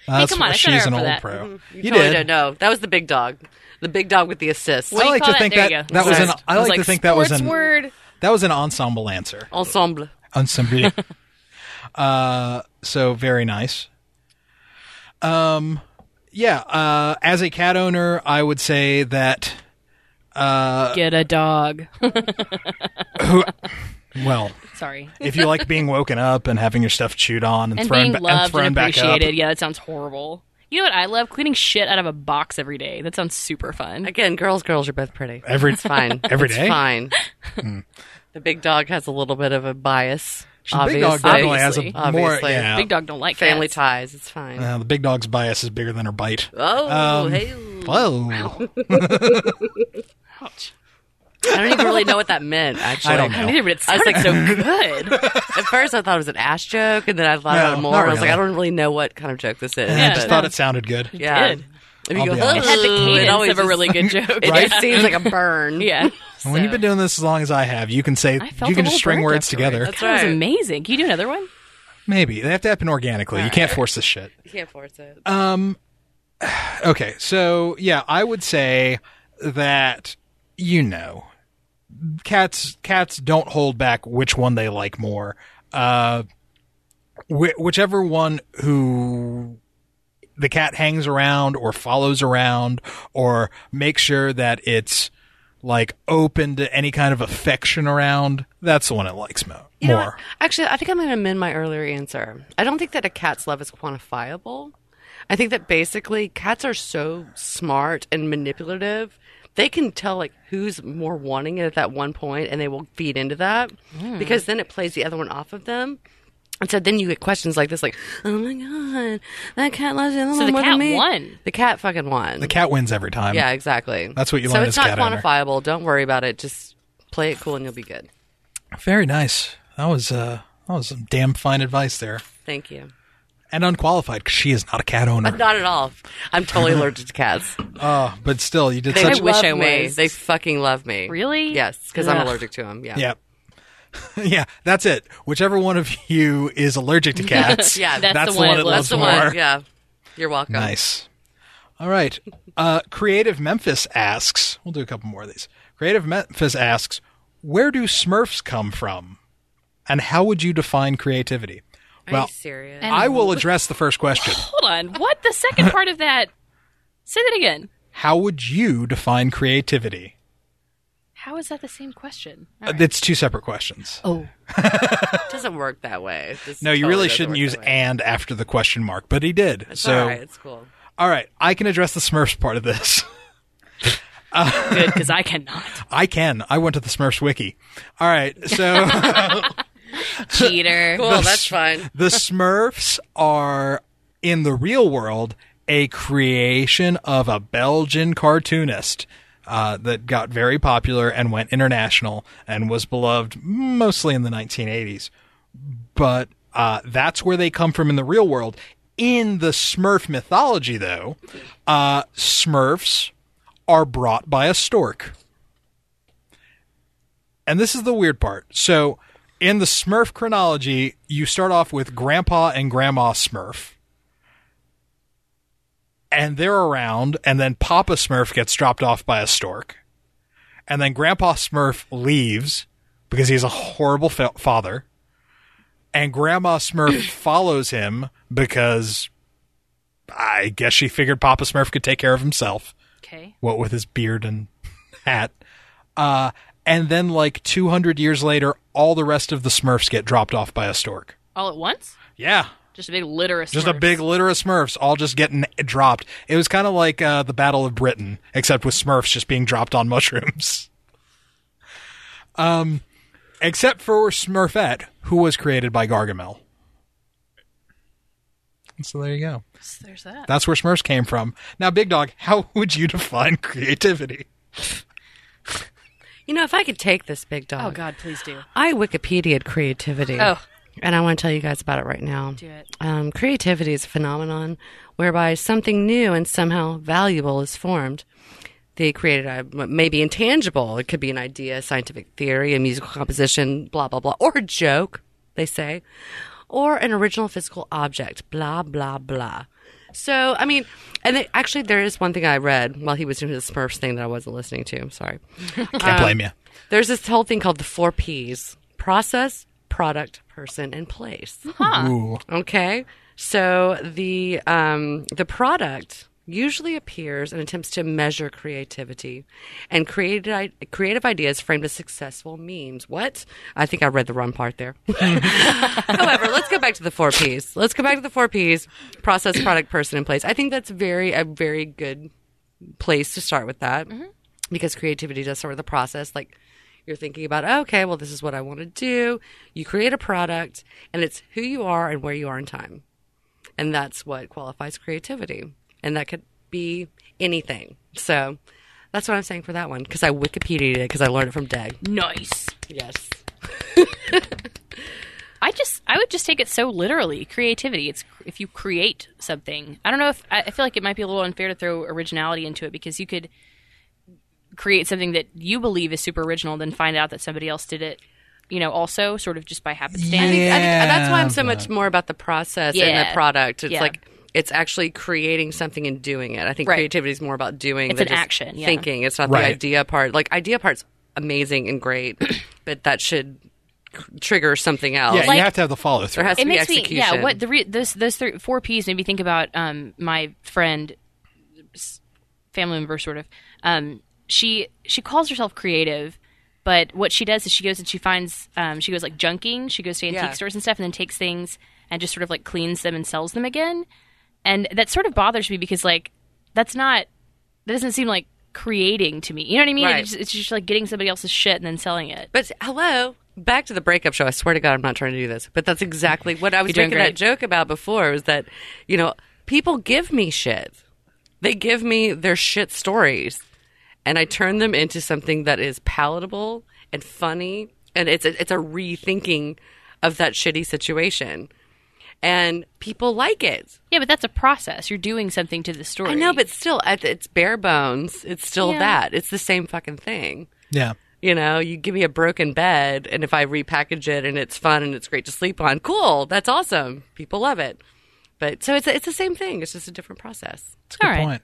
S2: That's
S3: come
S2: why
S3: on, I set her
S2: she's an
S3: up for
S2: old
S3: that. Mm-hmm.
S2: pro. You,
S4: totally
S2: did.
S4: don't know. That was the big dog. The big dog with the assist.
S2: I
S3: do you
S2: like
S3: call
S2: to think
S3: There
S2: that-
S3: you go.
S2: that was an-
S3: Assist.
S2: I like to
S3: like,
S2: think that was
S3: sports
S2: an-
S3: word.
S2: That was an ensemble answer.
S4: Ensemble.
S2: Ensemble. uh, so very nice. Um, yeah. Uh, as a cat owner, I would say that.
S3: Get a dog.
S2: Well,
S3: Sorry.
S2: if you like being woken up and having your stuff chewed on and,
S3: And
S2: thrown
S3: being
S2: ba- and
S3: loved
S2: thrown
S3: and
S2: back up,
S3: appreciated. Yeah, that sounds horrible. You know what I love? Cleaning shit out of a box every day. That sounds super fun.
S4: Again, girls, girls, you're both pretty.
S2: Every-
S4: it's fine.
S2: every
S4: It's
S2: day? Hmm.
S4: fine. the big dog has a little bit of a bias.
S2: the
S4: obviously.
S2: big dog definitely has a
S4: Obviously.
S2: more.
S4: Obviously.
S2: yeah.
S3: Big dog don't like
S4: Family
S3: cats.
S4: ties. It's fine.
S2: Uh, the big dog's bias is bigger than her bite.
S4: Oh,
S2: Um,
S4: hey.
S2: Whoa.
S4: I don't even really know what that meant, actually.
S2: I don't know.
S3: Neither, but it
S4: I was
S3: sounded
S4: like,
S3: like so
S4: so
S3: good.
S4: at first I thought it was an ass joke, and then I thought
S2: No,
S4: about it more.
S2: not
S4: and I was like,
S2: really.
S4: I don't really know what kind of joke this is.
S2: I just
S4: but-
S2: thought it sounded good.
S4: yeah.
S3: did.
S4: If you
S2: I'll
S4: go,
S2: be honest.
S3: It had the
S4: "Ooh,"
S3: cadence
S4: always
S3: of a
S4: is-
S3: really good joke.
S4: It
S2: Right?
S4: just seems like a burn.
S3: Yeah.
S2: When you've been doing this as long as I have, you can say
S3: I felt
S2: you
S3: a
S2: can just
S3: little
S2: string
S3: burnt
S2: words
S3: afterwards.
S2: together.
S4: That's
S3: That was
S4: right.
S3: amazing. Can you do another one?
S2: Maybe they have to happen organically. You can't force this shit.
S4: You can't force it.
S2: Okay, so yeah, I would say that you know, cats cats don't hold back which one they like more. Uh, wh- whichever one who the cat hangs around or follows around or makes sure that it's like open to any kind of affection around, that's the one it likes mo-
S4: You know what?
S2: more.
S4: Actually, I think I'm going to amend my earlier answer. I don't think that a cat's love is quantifiable. I think that basically cats are so smart and manipulative. They can tell like who's more wanting it at that one point and they will feed into that
S2: Hmm.
S4: because then it plays the other one off of them. And so then you get questions like this like, "Oh my god, that cat loves the other
S3: So
S4: one
S3: the
S4: more
S3: cat
S4: than me."
S3: won.
S4: The cat fucking won.
S2: The cat wins every time.
S4: yeah, exactly.
S2: That's what you
S4: So
S2: learn
S4: it's
S2: as a
S4: not
S2: cat owner.
S4: quantifiable. Don't worry about it. Just play it cool and you'll be good.
S2: Very nice. That was uh that was some damn fine advice there.
S4: Thank you.
S2: and unqualified because she is not a cat owner.
S4: Not at all. I'm totally allergic to cats.
S2: Uh, but still, you did
S4: They
S2: such.
S3: I
S4: love
S3: wish I
S4: me.
S3: was.
S4: They fucking love me.
S3: Really?
S4: Yes, because I'm
S3: Ugh.
S4: allergic to them. Yeah.
S2: Yeah. yeah, that's it. Whichever one of you is allergic to cats,
S4: Yeah,
S2: that's,
S4: that's
S2: the one,
S3: it
S2: that loves
S3: loves
S4: That's the
S2: more.
S4: one. Yeah. You're welcome.
S2: Nice. All right. Uh, Creative Memphis asks, we'll do a couple more of these. Creative Memphis asks, where do Smurfs come from? And how would you define creativity?
S4: Are
S2: well,
S4: you serious?
S2: I will address the first question.
S3: Hold on. What? The second part of that? Say that again.
S2: How would you define creativity?
S3: How is that the same question?
S2: Uh, It's two separate questions.
S3: Oh.
S4: it doesn't work that way. It just
S2: No, you
S4: totally
S2: really
S4: doesn't
S2: shouldn't
S4: work
S2: use
S4: that way.
S2: and after the question mark, but he did.
S4: It's
S2: so,
S4: all right. It's cool.
S2: all right, I can address the Smurfs part of this.
S3: Good, because I cannot.
S2: I can. I went to the Smurfs wiki. All right, so
S3: Cheater.
S4: Cool.
S2: the
S4: that's
S2: s-
S4: fine.
S2: the Smurfs are in the real world a creation of a Belgian cartoonist uh, that got very popular and went international and was beloved mostly in the 1980s. But uh, that's where they come from in the real world. In the Smurf mythology, though, uh, Smurfs are brought by a stork. And this is the weird part. So, in the Smurf chronology, you start off with Grandpa and Grandma Smurf. And they're around, and then Papa Smurf gets dropped off by a stork. And then Grandpa Smurf leaves because he's a horrible fa- father. And Grandma Smurf follows him because I guess she figured Papa Smurf could take care of himself
S3: Okay.
S2: what with his beard and hat. Uh, and then, like 200 years later, all the rest of the Smurfs get dropped off by a stork.
S3: All at once?
S2: Yeah.
S3: Just a big litter of
S2: Just a
S3: Smurfs.
S2: big litter of Smurfs all just getting dropped. It was kind of like uh, the Battle of Britain, except with Smurfs just being dropped on mushrooms. Um, except for Smurfette, who was created by Gargamel. So there you go.
S3: There's that.
S2: That's where Smurfs came from. Now, Big Dog, how would you define creativity?
S4: You know, if I could take this big dog,
S3: Oh God, please do.
S4: I Wikipedia'd creativity.
S3: Oh.
S4: And I want to tell you guys about it right now. Do
S3: it.
S4: Um, creativity is a phenomenon whereby something new and somehow valuable is formed. The created uh, may be intangible. It could be an idea, scientific theory, a musical composition, blah, blah, blah, or a joke, they say, or an original physical object, blah, blah, blah. So, I mean, and it, actually, there is one thing I read while he was doing his Smurfs thing that I wasn't listening to. I'm sorry.
S2: Can't blame you.
S4: There's this whole thing called the four P's process, product, person, and place.
S2: Ooh.
S4: Okay. So the um, the product usually appears and attempts to measure creativity and created I- creative ideas framed as successful memes. What? I think I read the wrong part there. However, let's go back to the four P's. Let's go back to the four P's: process, product, person, and place. I think that's very a very good place to start with that because creativity does start with the process. Like you're thinking about, okay, well, this is what I want to do. You create a product, and it's who you are and where you are in time, and that's what qualifies creativity, and that could be anything. So. That's what I'm saying for that one because I Wikipedia'd it because I learned it from Dag.
S3: Nice.
S4: Yes.
S3: I just, I would just take it so literally. Creativity. It's if you create something. I don't know if I, I feel like it might be a little unfair to throw originality into it because you could create something that you believe is super original, then find out that somebody else did it. You know, also sort of just by happenstance.
S4: I think, I think
S2: Yeah,
S4: that's why I'm so much more about the process and
S3: Yeah.
S4: the product. It's
S3: Yeah.
S4: like it's actually creating something and doing it. I think
S3: Right.
S4: creativity is more about doing.
S3: It's
S4: than
S3: an
S4: just
S3: action, yeah.
S4: Thinking. It's not
S2: Right.
S4: the idea part. Like idea part's amazing and great, but that should cr- trigger something else.
S2: Yeah,
S3: Like-
S2: you have to have the follow through.
S4: there has
S3: it
S4: to be
S3: makes
S4: execution.
S3: me yeah what the re- those those three, four p's made me think about um my friend s- family member sort of um she she calls herself creative but what she does is she goes and she finds um she goes like junking she goes to antique
S4: Yeah.
S3: stores and stuff and then takes things and just sort of like cleans them and sells them again and that sort of bothers me because like that's not that doesn't seem like creating to me you know what i mean
S4: Right.
S3: it's, just, it's just like getting somebody else's shit and then selling it
S4: But hello, back to the breakup show. I swear to God, I'm not trying to do this, but that's exactly what I was
S3: You're doing
S4: making
S3: great.
S4: that joke about before. Was that you know people give me shit, they give me their shit stories, and I turn them into something that is palatable and funny, and it's a, it's a rethinking of that shitty situation, and people like it.
S3: yeah but that's a process you're doing something to the story
S4: I know, but still, at its bare bones, it's still
S3: Yeah.
S4: that. It's the same fucking thing.
S2: yeah.
S4: You know, you give me a broken bed, and if I repackage it and it's fun and it's great to sleep on, cool, that's awesome. People love it. But so it's it's the same thing. It's just a different process.
S2: It's a good
S3: All right.
S2: point.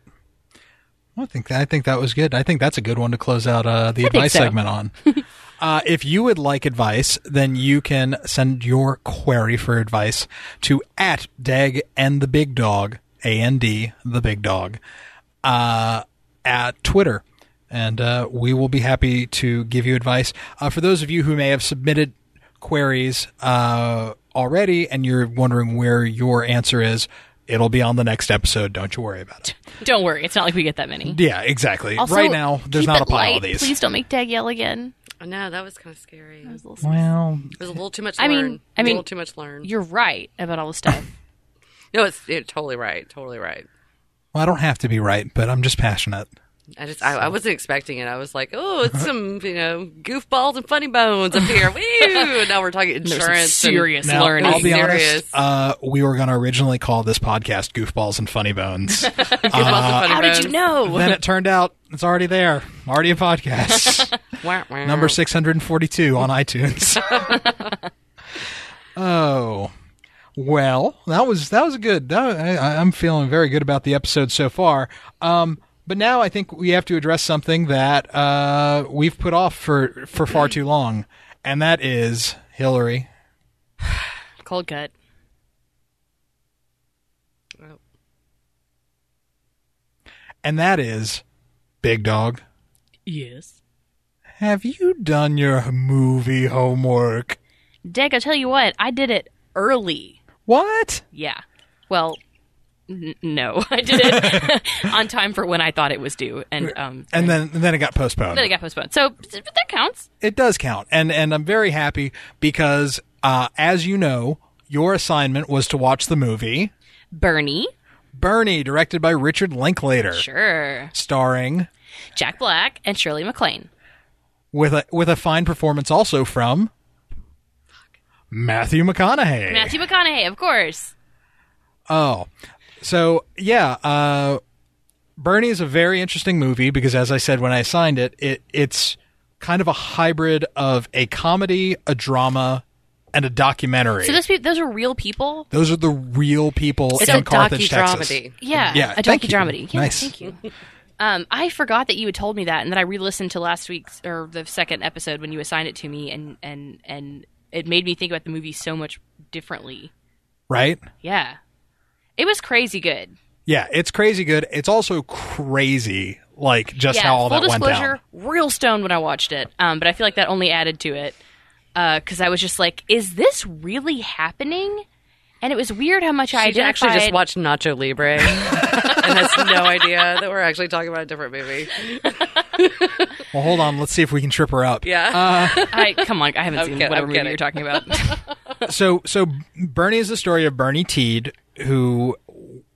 S2: Well, I think that, I think that was good. I think that's a good one to close out uh, the advice
S3: so.
S2: segment on. uh, if you would like advice, then you can send your query for advice to at Dag and the Big Dog, A N D the Big Dog, uh, at Twitter, and uh, we will be happy to give you advice. Uh, for those of you who may have submitted queries uh, already and you're wondering where your answer is, it'll be on the next episode. Don't you worry about it.
S3: Don't worry, it's not like we get that many.
S2: Yeah, exactly.
S3: Also,
S2: right now, there's
S3: keep
S2: not a
S3: it
S2: pile
S3: light.
S2: of these.
S3: Please don't make Dag yell again.
S4: I know, that was kind of scary. It was
S2: Well,
S4: a little too much
S3: I mean-
S4: learned.
S3: I
S4: a
S3: mean-
S4: little too much learned.
S3: You're right about all the stuff.
S4: No, it's you're totally right. Totally right.
S2: well, I don't have to be right, but I'm just passionate.
S4: I just I, I wasn't expecting it. I was like, oh, it's some you know goofballs and funny bones up here. Woo! Now we're talking
S3: There's
S4: insurance.
S3: some
S4: and-
S3: serious
S2: Now,
S3: learning.
S2: I'll be honest.
S4: Serious.
S2: Uh, we were going to originally call this podcast "Goofballs and Funny Bones."
S4: goofballs and funny
S3: How did you
S4: bones.
S3: know?
S2: then it turned out it's already there, already a podcast,
S4: Wah, wah.
S3: Oh.
S2: number six hundred and forty-two on iTunes. oh, well, that was that was good. That- I, I'm feeling very good about the episode so far. Um, but now I think we have to address something that uh, we've put off for for far too long, and that is Hillary.
S3: Cold cut.
S2: and that is Big Dog.
S3: Yes.
S2: Have you done your movie homework?
S3: Dick, I tell you what, I did it early.
S2: What?
S3: Yeah. Well, n- no, I did it on time for when I thought it was due, and um,
S2: And then and then it got postponed.
S3: then it got postponed. So but that counts.
S2: It does count, and and I'm very happy because, uh, as you know, your assignment was to watch the movie
S3: Bernie,
S2: Bernie, directed by Richard Linklater,
S3: sure.
S2: starring
S3: Jack Black and Shirley MacLaine.
S2: with a with a fine performance also from Matthew McConaughey.
S3: Matthew McConaughey, of course.
S2: Oh, so yeah, uh, Bernie is a very interesting movie because, as I said when I assigned it, it it's kind of a hybrid of a comedy, a drama, and a documentary.
S3: So those pe- those are real people.
S2: Those are the real people
S4: It's
S2: in
S4: a
S2: Carthage, Texas.
S4: docudrama.
S3: Yeah,
S2: Yeah,
S3: a
S2: thank you.
S3: docudrama. Yeah,
S2: Nice.
S3: thank you. Um, I forgot that you had told me that, and then I re-listened to last week's or the second episode when you assigned it to me, and and and it made me think about the movie so much differently.
S2: Right?
S3: Yeah, it was crazy good.
S2: Yeah, it's crazy good. It's also crazy, like just
S3: yeah,
S2: how all
S3: full
S2: that went down.
S3: disclosure, real stoned when I watched it, um, but I feel like that only added to it because I was just like, "Is this really happening?" And it was weird how much I
S4: She actually
S3: identified.
S4: just watched Nacho Libre and has no idea that we're actually talking about a different movie.
S2: Well, hold on. Let's see if we can trip her up.
S4: Yeah.
S3: I, come on, I haven't seen
S4: kidding,
S3: whatever
S4: I'm
S3: movie
S4: kidding.
S3: you're talking about.
S2: so so Bernie is the story of Bernie Teed, who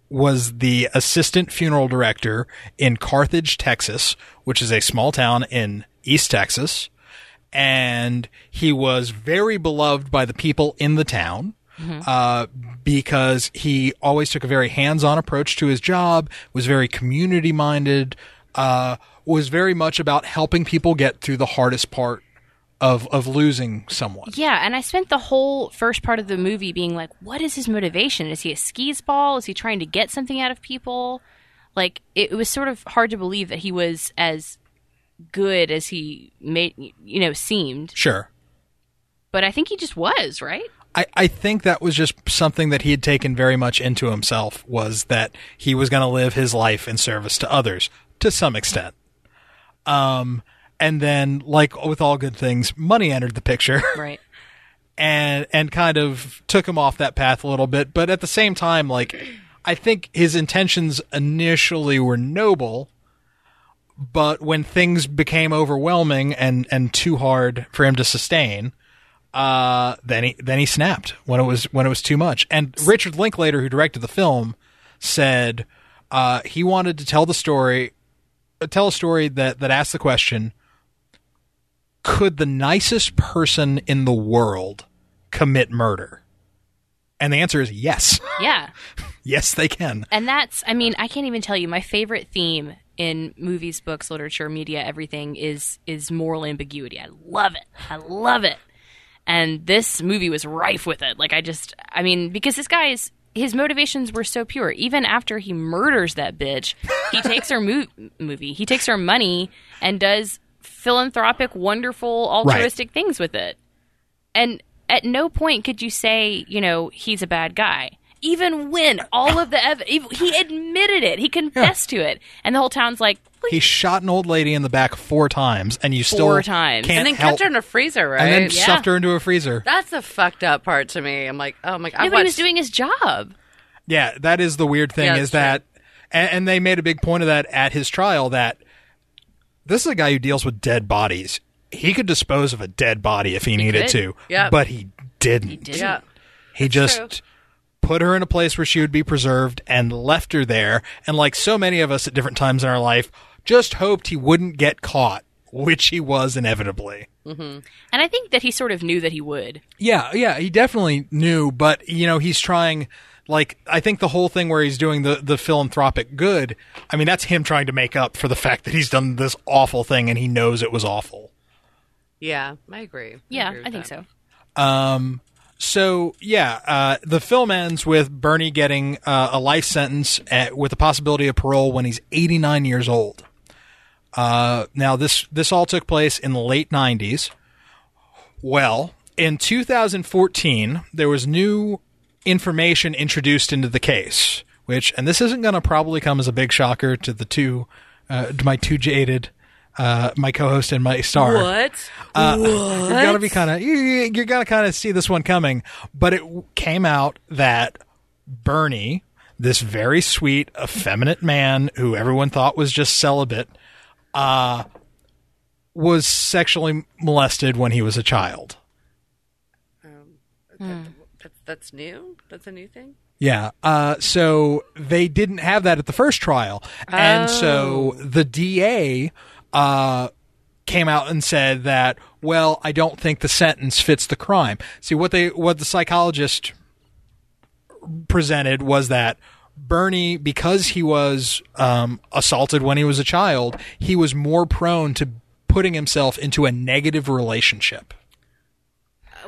S2: was the assistant funeral director in Carthage, Texas, which is a small town in East Texas. And he was very beloved by the people in the town uh, because he always took a very hands on approach to his job, was very community minded, uh, was very much about helping people get through the hardest part of, of losing someone.
S3: Yeah, and I spent the whole first part of the movie being like, what is his motivation? Is he a skis ball? Is he trying to get something out of people? Like, it, it was sort of hard to believe that he was as good as he made, you know, seemed.
S2: Sure.
S3: But I think he just was, right?
S2: I, I think that was just something that he had taken very much into himself was that he was going to live his life in service to others to some extent. Um, and then like with all good things, money entered the picture
S3: Right.
S2: and, and kind of took him off that path a little bit. But at the same time, like I think his intentions initially were noble, but when things became overwhelming and, and too hard for him to sustain, uh, then he then he snapped when it was when it was too much. And Richard Linklater, who directed the film, said uh, he wanted to tell the story, uh, tell a story that that asked the question: Could the nicest person in the world commit murder? And the answer is yes,
S3: Yeah.
S2: yes they can.
S3: And that's, I mean, I can't even tell you my favorite theme in movies, books, literature, media, everything is is moral ambiguity. I love it. I love it. And this movie was rife with it. Like I just, I mean, because this guy is his motivations were so pure. Even after he murders that bitch, he takes her mo- movie, he takes her money, and does philanthropic, wonderful, altruistic things with it. And at no point could you say, you know, he's a bad guy. Even when all of the ev- ev- he admitted it, he confessed to it, and the whole town's like, "Well,
S2: He shot an old lady in the back four times, and you still
S3: Four times.
S2: can't
S4: and then
S2: help.
S4: kept her in a freezer, right?
S2: and then
S3: Yeah.
S2: stuffed her into a freezer.
S4: That's the fucked up part to me. I'm like, oh my god. I
S3: nobody was
S4: watched-
S3: doing his job."
S2: Yeah, that is the weird thing
S4: Yeah,
S2: is
S4: that's
S2: that, and, and they made a big point of that at his trial that this is a guy who deals with dead bodies. He could dispose of a dead body if he, needed
S3: could.
S2: to,
S4: Yeah.
S2: but he didn't. He,
S3: didn't.
S4: Yeah.
S2: just
S4: true.
S2: put her in a place where she would be preserved and left her there. And like so many of us at different times in our life, just hoped he wouldn't get caught, which he was inevitably.
S3: And I think that he sort of knew that he would.
S2: Yeah, yeah, he definitely knew, but you know, he's trying like I think the whole thing where he's doing the the philanthropic good, I mean, that's him trying to make up for the fact that he's done this awful thing and he knows it was awful.
S4: Yeah, I agree.
S3: Yeah,
S4: agree with
S3: I think
S4: that.
S3: so.
S2: Um, So yeah, uh, the film ends with Bernie getting uh, a life sentence at, with the possibility of parole when he's 89 years old. Uh, now this this all took place in the late 90s. Well, in 2014, there was new information introduced into the case, which and this isn't going to probably come as a big shocker to the two, uh, to my two jaded, uh, my co-host and my star
S4: What? what?
S2: you're gonna be kind of you're gonna kind of see this one coming. But it w- came out that Bernie, this very sweet, effeminate man who everyone thought was just celibate, uh, was sexually molested when he was a child.
S4: That's, that's new. That's a new thing.
S2: Yeah. Uh, so they didn't have that at the first trial. And so the DA uh, came out and said that, well, I don't think the sentence fits the crime. See, what they what the psychologist presented was that Bernie, because he was um, assaulted when he was a child, he was more prone to putting himself into a negative relationship.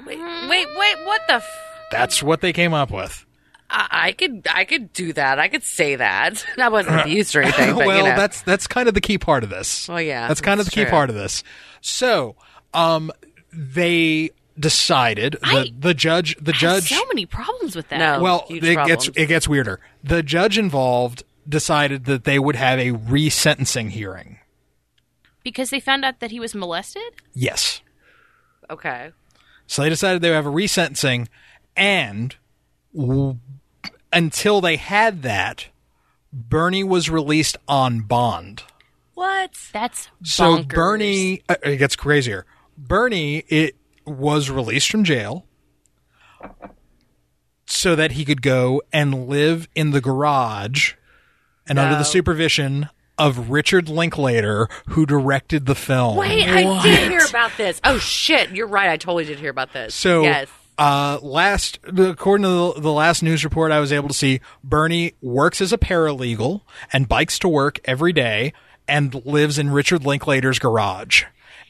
S4: Wait, wait, wait! What the? F-
S2: That's what they came up with.
S4: I, I could, I could do that. I could say that. That wasn't abused or anything. But,
S2: Uh, well,
S4: you know.
S2: that's that's kind of the key part of this.
S4: Well, yeah,
S2: that's kind of
S4: that's
S2: the key
S4: true.
S2: part of this. So, um, they decided the the judge the judge
S3: so many problems with that.
S4: No.
S2: well
S4: Huge
S2: it
S4: problems.
S2: gets it gets weirder. The judge involved decided that they would have a resentencing hearing.
S3: Because they found out that he was molested?
S2: Yes,
S4: okay.
S2: so they decided they would have a resentencing, and w- until they had that, Bernie was released on bond.
S4: What?
S3: That's
S2: So
S3: bonkers.
S2: Bernie, uh, it gets crazier. Bernie, it was released from jail so that he could go and live in the garage and under the supervision of Richard Linklater, who directed the film.
S4: Wait, I did hear about this. Oh shit! You're right. I totally did hear about this.
S2: So,
S4: yes.
S2: uh, last according to the, the last news report I was able to see, Bernie works as a paralegal and bikes to work every day and lives in Richard Linklater's garage.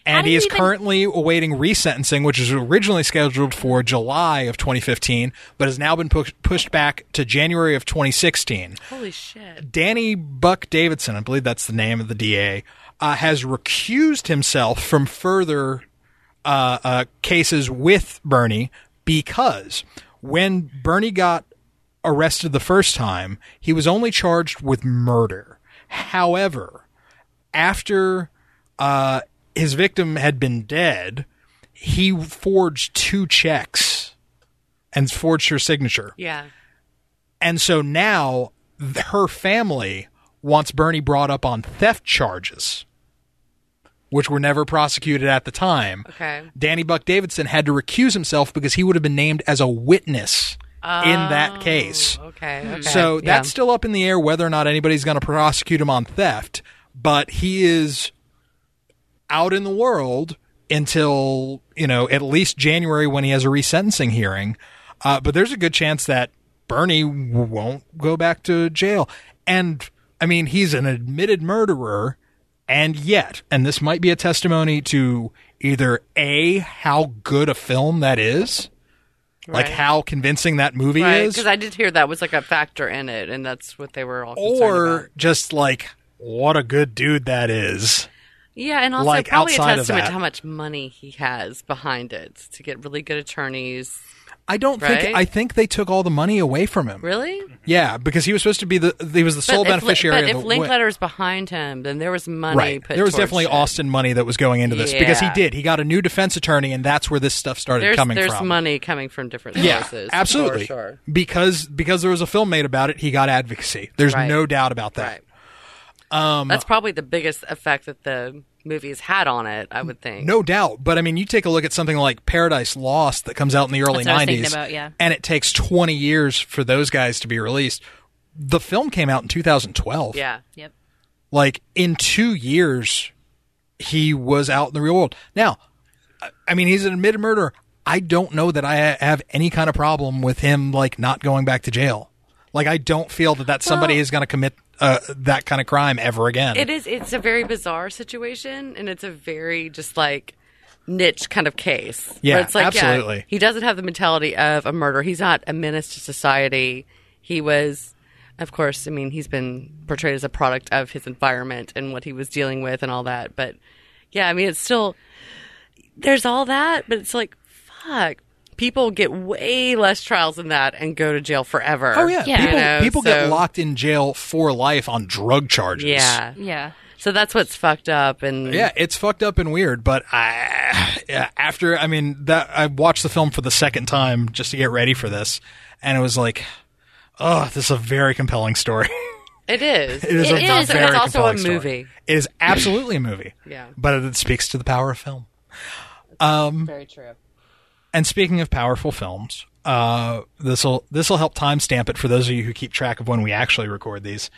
S2: And
S3: do
S2: he
S3: you
S2: is
S3: even-
S2: currently awaiting resentencing, which was originally scheduled for July of 2015, but has now been push, pushed back to January of 2016.
S4: Holy shit.
S2: Danny Buck Davidson, I believe that's the name of the DA, uh, has recused himself from further uh, uh, cases with Bernie because when Bernie got arrested the first time, he was only charged with murder. However, after uh, his victim had been dead, he forged two checks and forged her signature.
S4: Yeah.
S2: And so now th- her family wants Bernie brought up on theft charges, which were never prosecuted at the time.
S4: Okay.
S2: Danny Buck Davidson had to recuse himself because he would have been named as a witness in that case.
S4: Okay. okay.
S2: So
S4: Yeah.
S2: that's still up in the air whether or not anybody's going to prosecute him on theft, but he is out in the world until, you know, at least January when he has a resentencing hearing. Uh, but there's a good chance that Bernie w- won't go back to jail. And I mean, he's an admitted murderer. And yet, and this might be a testimony to either A, how good a film that is, like
S4: Right.
S2: how convincing that movie
S4: right
S2: is
S4: because I did hear that was like a factor in it, and that's what they were all. concerned about.
S2: or just like what a good dude that is.
S4: Yeah, and also
S2: like,
S4: probably a
S2: outside of
S4: testament
S2: that.
S4: to how much money he has behind it to get really good attorneys.
S2: I don't
S4: Right?
S2: think I think they took all the money away from him.
S4: Really?
S2: Yeah, because he was supposed to be the he was the sole
S4: but
S2: beneficiary
S4: If, Lin-
S2: of
S4: but if
S2: the
S4: Linkletter is behind him, then there was money
S2: right.
S4: put
S2: There was
S4: towards
S2: definitely
S4: it.
S2: Austin money that was going into this because he
S4: Yeah.
S2: did. He got a new defense attorney, and that's where this stuff started
S4: There's,
S2: coming
S4: there's
S2: from.
S4: money coming from different
S2: Yeah,
S4: sources.
S2: absolutely.
S4: For sure.
S2: Because because there was a film made about it, he got advocacy. There's
S4: Right.
S2: no doubt about that.
S4: Right.
S2: Um,
S4: That's probably the biggest effect that the movies had on it, I would think.
S2: No doubt. But I mean, you take a look at something like Paradise Lost that comes out in the early
S3: That's what I was thinking
S2: 90s,
S3: about, yeah.
S2: and it takes 20 years for those guys to be released. The film came out in 2012.
S4: Yeah.
S3: Yep.
S2: Like in two years, he was out in the real world. Now, I- I mean, he's an admitted murderer. I don't know that I ha- have any kind of problem with him like not going back to jail. Like I don't feel that that somebody
S4: Well-
S2: is going to commit uh, that kind of crime ever again.
S4: It is. It's a very bizarre situation, and it's a very just like niche kind of case. where
S2: Yeah,
S4: it's like,
S2: absolutely.
S4: he doesn't have the mentality of a murderer. He's not a menace to society. He was, of course. I mean, he's been portrayed as a product of his environment and what he was dealing with and all that. But yeah, I mean, it's still there's all that, but it's like fuck. People get way less trials than that and go to jail forever.
S2: Oh yeah,
S3: Yeah.
S2: people
S4: You know,
S2: people get
S4: so-
S2: locked in jail for life on drug charges.
S4: Yeah.
S3: Yeah.
S4: So that's what's fucked up and
S2: Yeah, it's fucked up and weird, but I yeah, after I mean that I watched the film for the second time just to get ready for this, and it was like, oh, this is a very compelling story.
S4: It is.
S2: It is a
S3: It is,
S2: very
S3: and it's
S4: also
S2: compelling
S4: a
S2: story.
S4: movie.
S2: It is absolutely a movie.
S4: Yeah.
S2: but it speaks to the power of film.
S4: Very true.
S2: And speaking of powerful films, uh, this will this will help timestamp it for those of you who keep track of when we actually record these.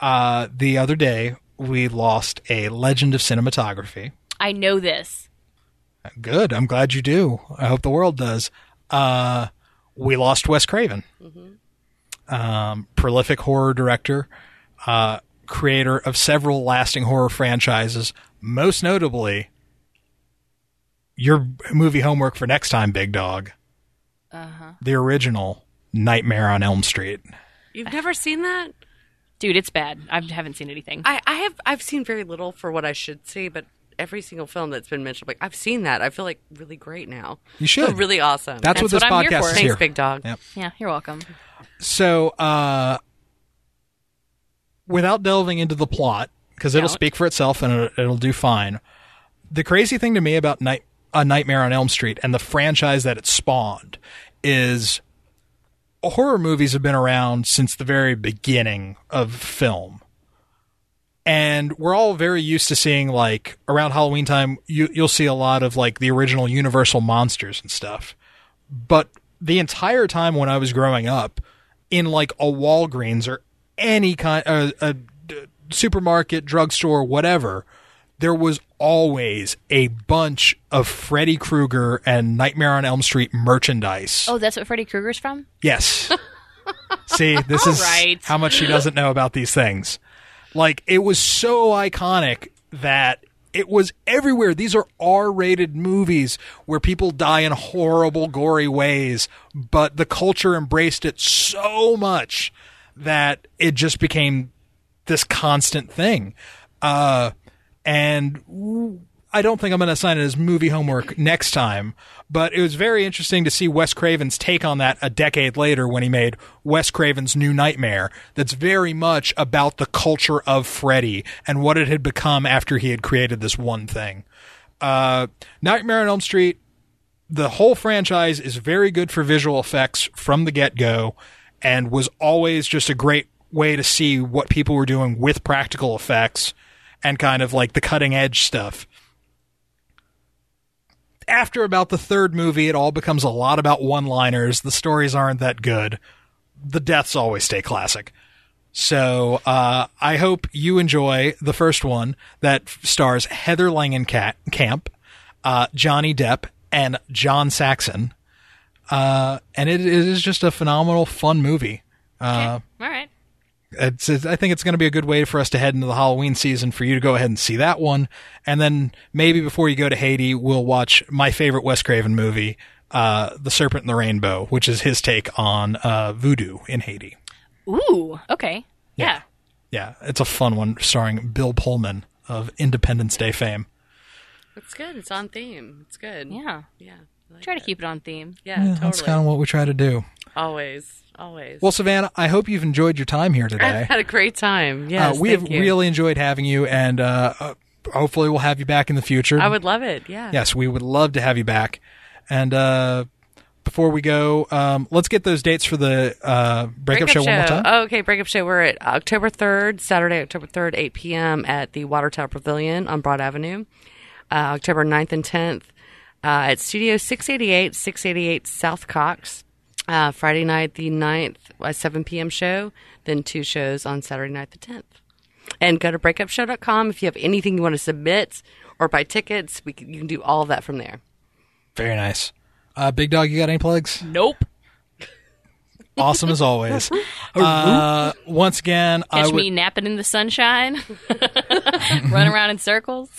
S2: Uh, the other day, we lost a legend of cinematography.
S3: I know this.
S2: Good. I'm glad you do. I hope the world does. Uh, we lost Wes Craven,
S3: Mm-hmm.
S2: um, prolific horror director, uh, creator of several lasting horror franchises, most notably your movie homework for next time, Big Dog.
S3: Uh-huh.
S2: The original Nightmare on Elm Street.
S4: You've never seen that?
S3: Dude, it's bad. I haven't seen anything.
S4: I, I have. I've seen very little for what I should see, but every single film that's been mentioned, like I've seen that. I feel like really great now.
S2: You
S4: I feel
S2: should.
S4: really awesome.
S2: That's, what
S3: Oh, That's
S2: this
S3: what I'm here
S2: podcast
S3: for.
S2: is
S4: Thanks,
S2: here.
S4: big dog.
S2: Yeah.
S3: yeah, you're welcome.
S2: So, uh, without delving into the plot, because it'll
S4: Don't.
S2: speak for itself and it'll, it'll do fine. The crazy thing to me about Night, A Nightmare on Elm Street and the franchise that it spawned is horror movies have been around since the very beginning of film. And we're all very used to seeing like around Halloween time, you, you'll see a lot of like the original Universal monsters and stuff but the entire time when I was growing up, in like a Walgreens or any kind, uh, a d- supermarket, drugstore, whatever, there was always a bunch of Freddy Krueger and Nightmare on Elm Street merchandise.
S3: Oh, that's what Freddy Krueger's from?
S2: Yes. See, this is
S3: right.
S2: how much she doesn't know about these things. Like it was so iconic that it was everywhere. These are R-rated movies where people die in horrible, gory ways, but the culture embraced it so much that it just became this constant thing. Uh, and w- I don't think I'm going to assign it as movie homework next time, but it was very interesting to see Wes Craven's take on that a decade later when he made Wes Craven's New Nightmare. That's very much about the culture of Freddy and what it had become after he had created this one thing. Uh, Nightmare on Elm Street the whole franchise is very good for visual effects from the get go and was always just a great way to see what people were doing with practical effects and kind of like the cutting edge stuff. After about the third movie, it all becomes a lot about one liners. The stories aren't that good. The deaths always stay classic. So uh, I hope you enjoy the first one that f- stars Heather Langenkamp, Camp, uh, Johnny Depp, and John Saxon. Uh, and it, it is just a phenomenal, fun movie.
S3: All right.
S2: It's, it's, I think it's going to be a good way for us to head into the Halloween season for you to go ahead and see that one. And then maybe before you go to Haiti, we'll watch my favorite Wes Craven movie, uh, The Serpent and the Rainbow, which is his take on uh, voodoo in Haiti.
S3: Ooh, okay. Yeah.
S2: Yeah, it's a fun one starring Bill Pullman of Independence Day fame.
S4: It's good. It's on theme. It's good.
S3: Yeah.
S4: Yeah. I like
S3: Try to
S4: it.
S3: keep it on theme.
S4: Yeah.
S2: That's
S4: totally.
S2: kind of what we try to do.
S4: Always. Always.
S2: Well, Savannah, I hope you've enjoyed your time here
S4: I've
S2: today.
S4: had a great time.
S2: Uh,
S4: Yes.
S2: we have
S4: thank you.
S2: really enjoyed having you, and uh, uh, hopefully, we'll have you back in the future.
S4: I would love it. Yeah.
S2: Yes, we would love to have you back. And uh, before we go, um, let's get those dates for the uh, breakup, show, one more time.
S4: Oh, okay, breakup show. We're at October third, Saturday, October third, eight p.m. at the Water Tower Pavilion on Broad Avenue. Uh, October 9th and tenth uh, at Studio six eighty eight, six eighty eight South Cox. Uh, Friday night the 9th, a seven p.m. show. Then two shows on Saturday night the tenth. And go to breakupshow.com if you have anything you want to submit or buy tickets. We can, you can do all of that from there.
S2: Very nice. Uh, Big Dog, you got any plugs?
S3: Nope.
S2: Awesome as always. Uh, once again, I
S3: Catch
S2: would,
S3: me napping in the sunshine, run around in circles.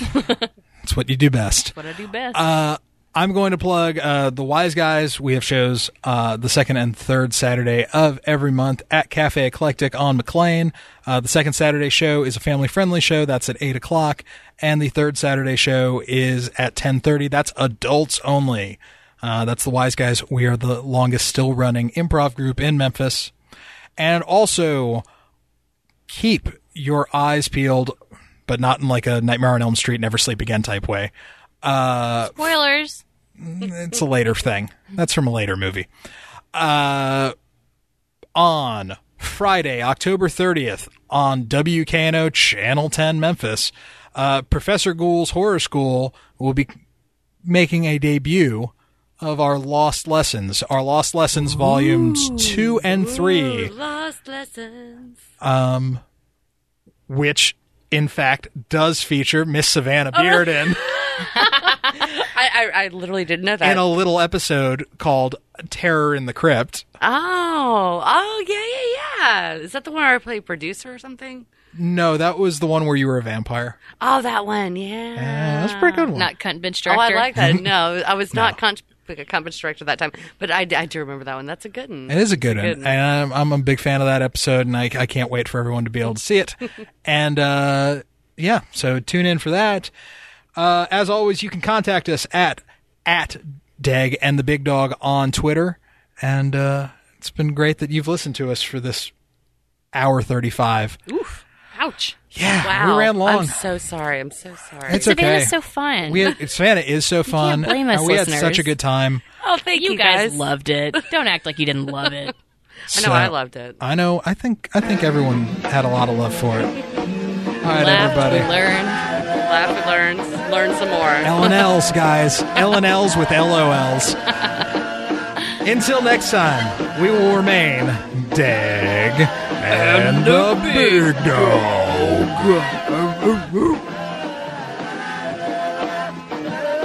S2: it's what you do best.
S3: What I do best.
S2: Uh, I'm going to plug uh, the Wise Guys. We have shows uh, the second and third Saturday of every month at Cafe Eclectic on McLean. Uh, the second Saturday show is a family-friendly show. That's at eight o'clock, and the third Saturday show is at ten thirty. That's adults only. Uh, that's the Wise Guys. We are the longest still-running improv group in Memphis, and also keep your eyes peeled, but not in like a Nightmare on Elm Street, Never Sleep Again type way.
S3: Spoilers.
S2: it's a later thing. That's from a later movie. Uh, on Friday, October 30th, on WKNO Channel 10 Memphis, uh, Professor Ghoul's Horror School will be making a debut of our Lost Lessons, our Lost Lessons volumes 2 and 3
S4: Lost lessons.
S2: which in fact does feature Miss Savannah Bearden
S4: I, I, I literally didn't know that.
S2: in a little episode called Terror in the Crypt.
S4: oh, oh, yeah, yeah, yeah. Is that the one where I play producer or something?
S2: No, that was the one where you were a vampire.
S4: Oh, that one, yeah.
S2: Yeah, that's a pretty good one.
S3: Not cunt bench
S4: Oh,
S3: director.
S4: I like that. No, I was not con- a conference director that time, but I, I do remember that one. That's a good one.
S2: it is a good one,
S4: It's
S2: and I'm, I'm a big fan of that episode, and I, I can't wait for everyone to be able to see it. and uh, yeah, so tune in for that. Uh, as always, you can contact us at at Dag and the Big Dog on Twitter, and uh, it's been great that you've listened to us for this hour thirty five.
S3: Oof. Ouch.
S2: Yeah,
S4: Wow.
S2: we ran long.
S4: I'm so sorry. I'm so sorry.
S2: it's okay.
S3: Savannah's so fun.
S2: We had, Savannah is so fun.
S3: blame us,
S2: and we had such
S3: listeners.
S2: a good time.
S4: oh, thank
S3: you guys loved it. Don't act like you didn't love it.
S4: I know I loved it.
S2: I know. I think I think everyone had a lot of love for it. All right,
S3: Laughed,
S2: everybody.
S3: we learned.
S4: Laugh, we learned, learn some more.
S2: L and L's, guys. L and L's with LOLs. Until next time, we will remain Dag and the Big Dog.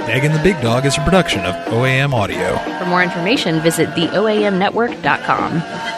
S2: Dag and the Big Dog is a production of OAM Audio.
S3: For more information, visit theoamnetwork.com.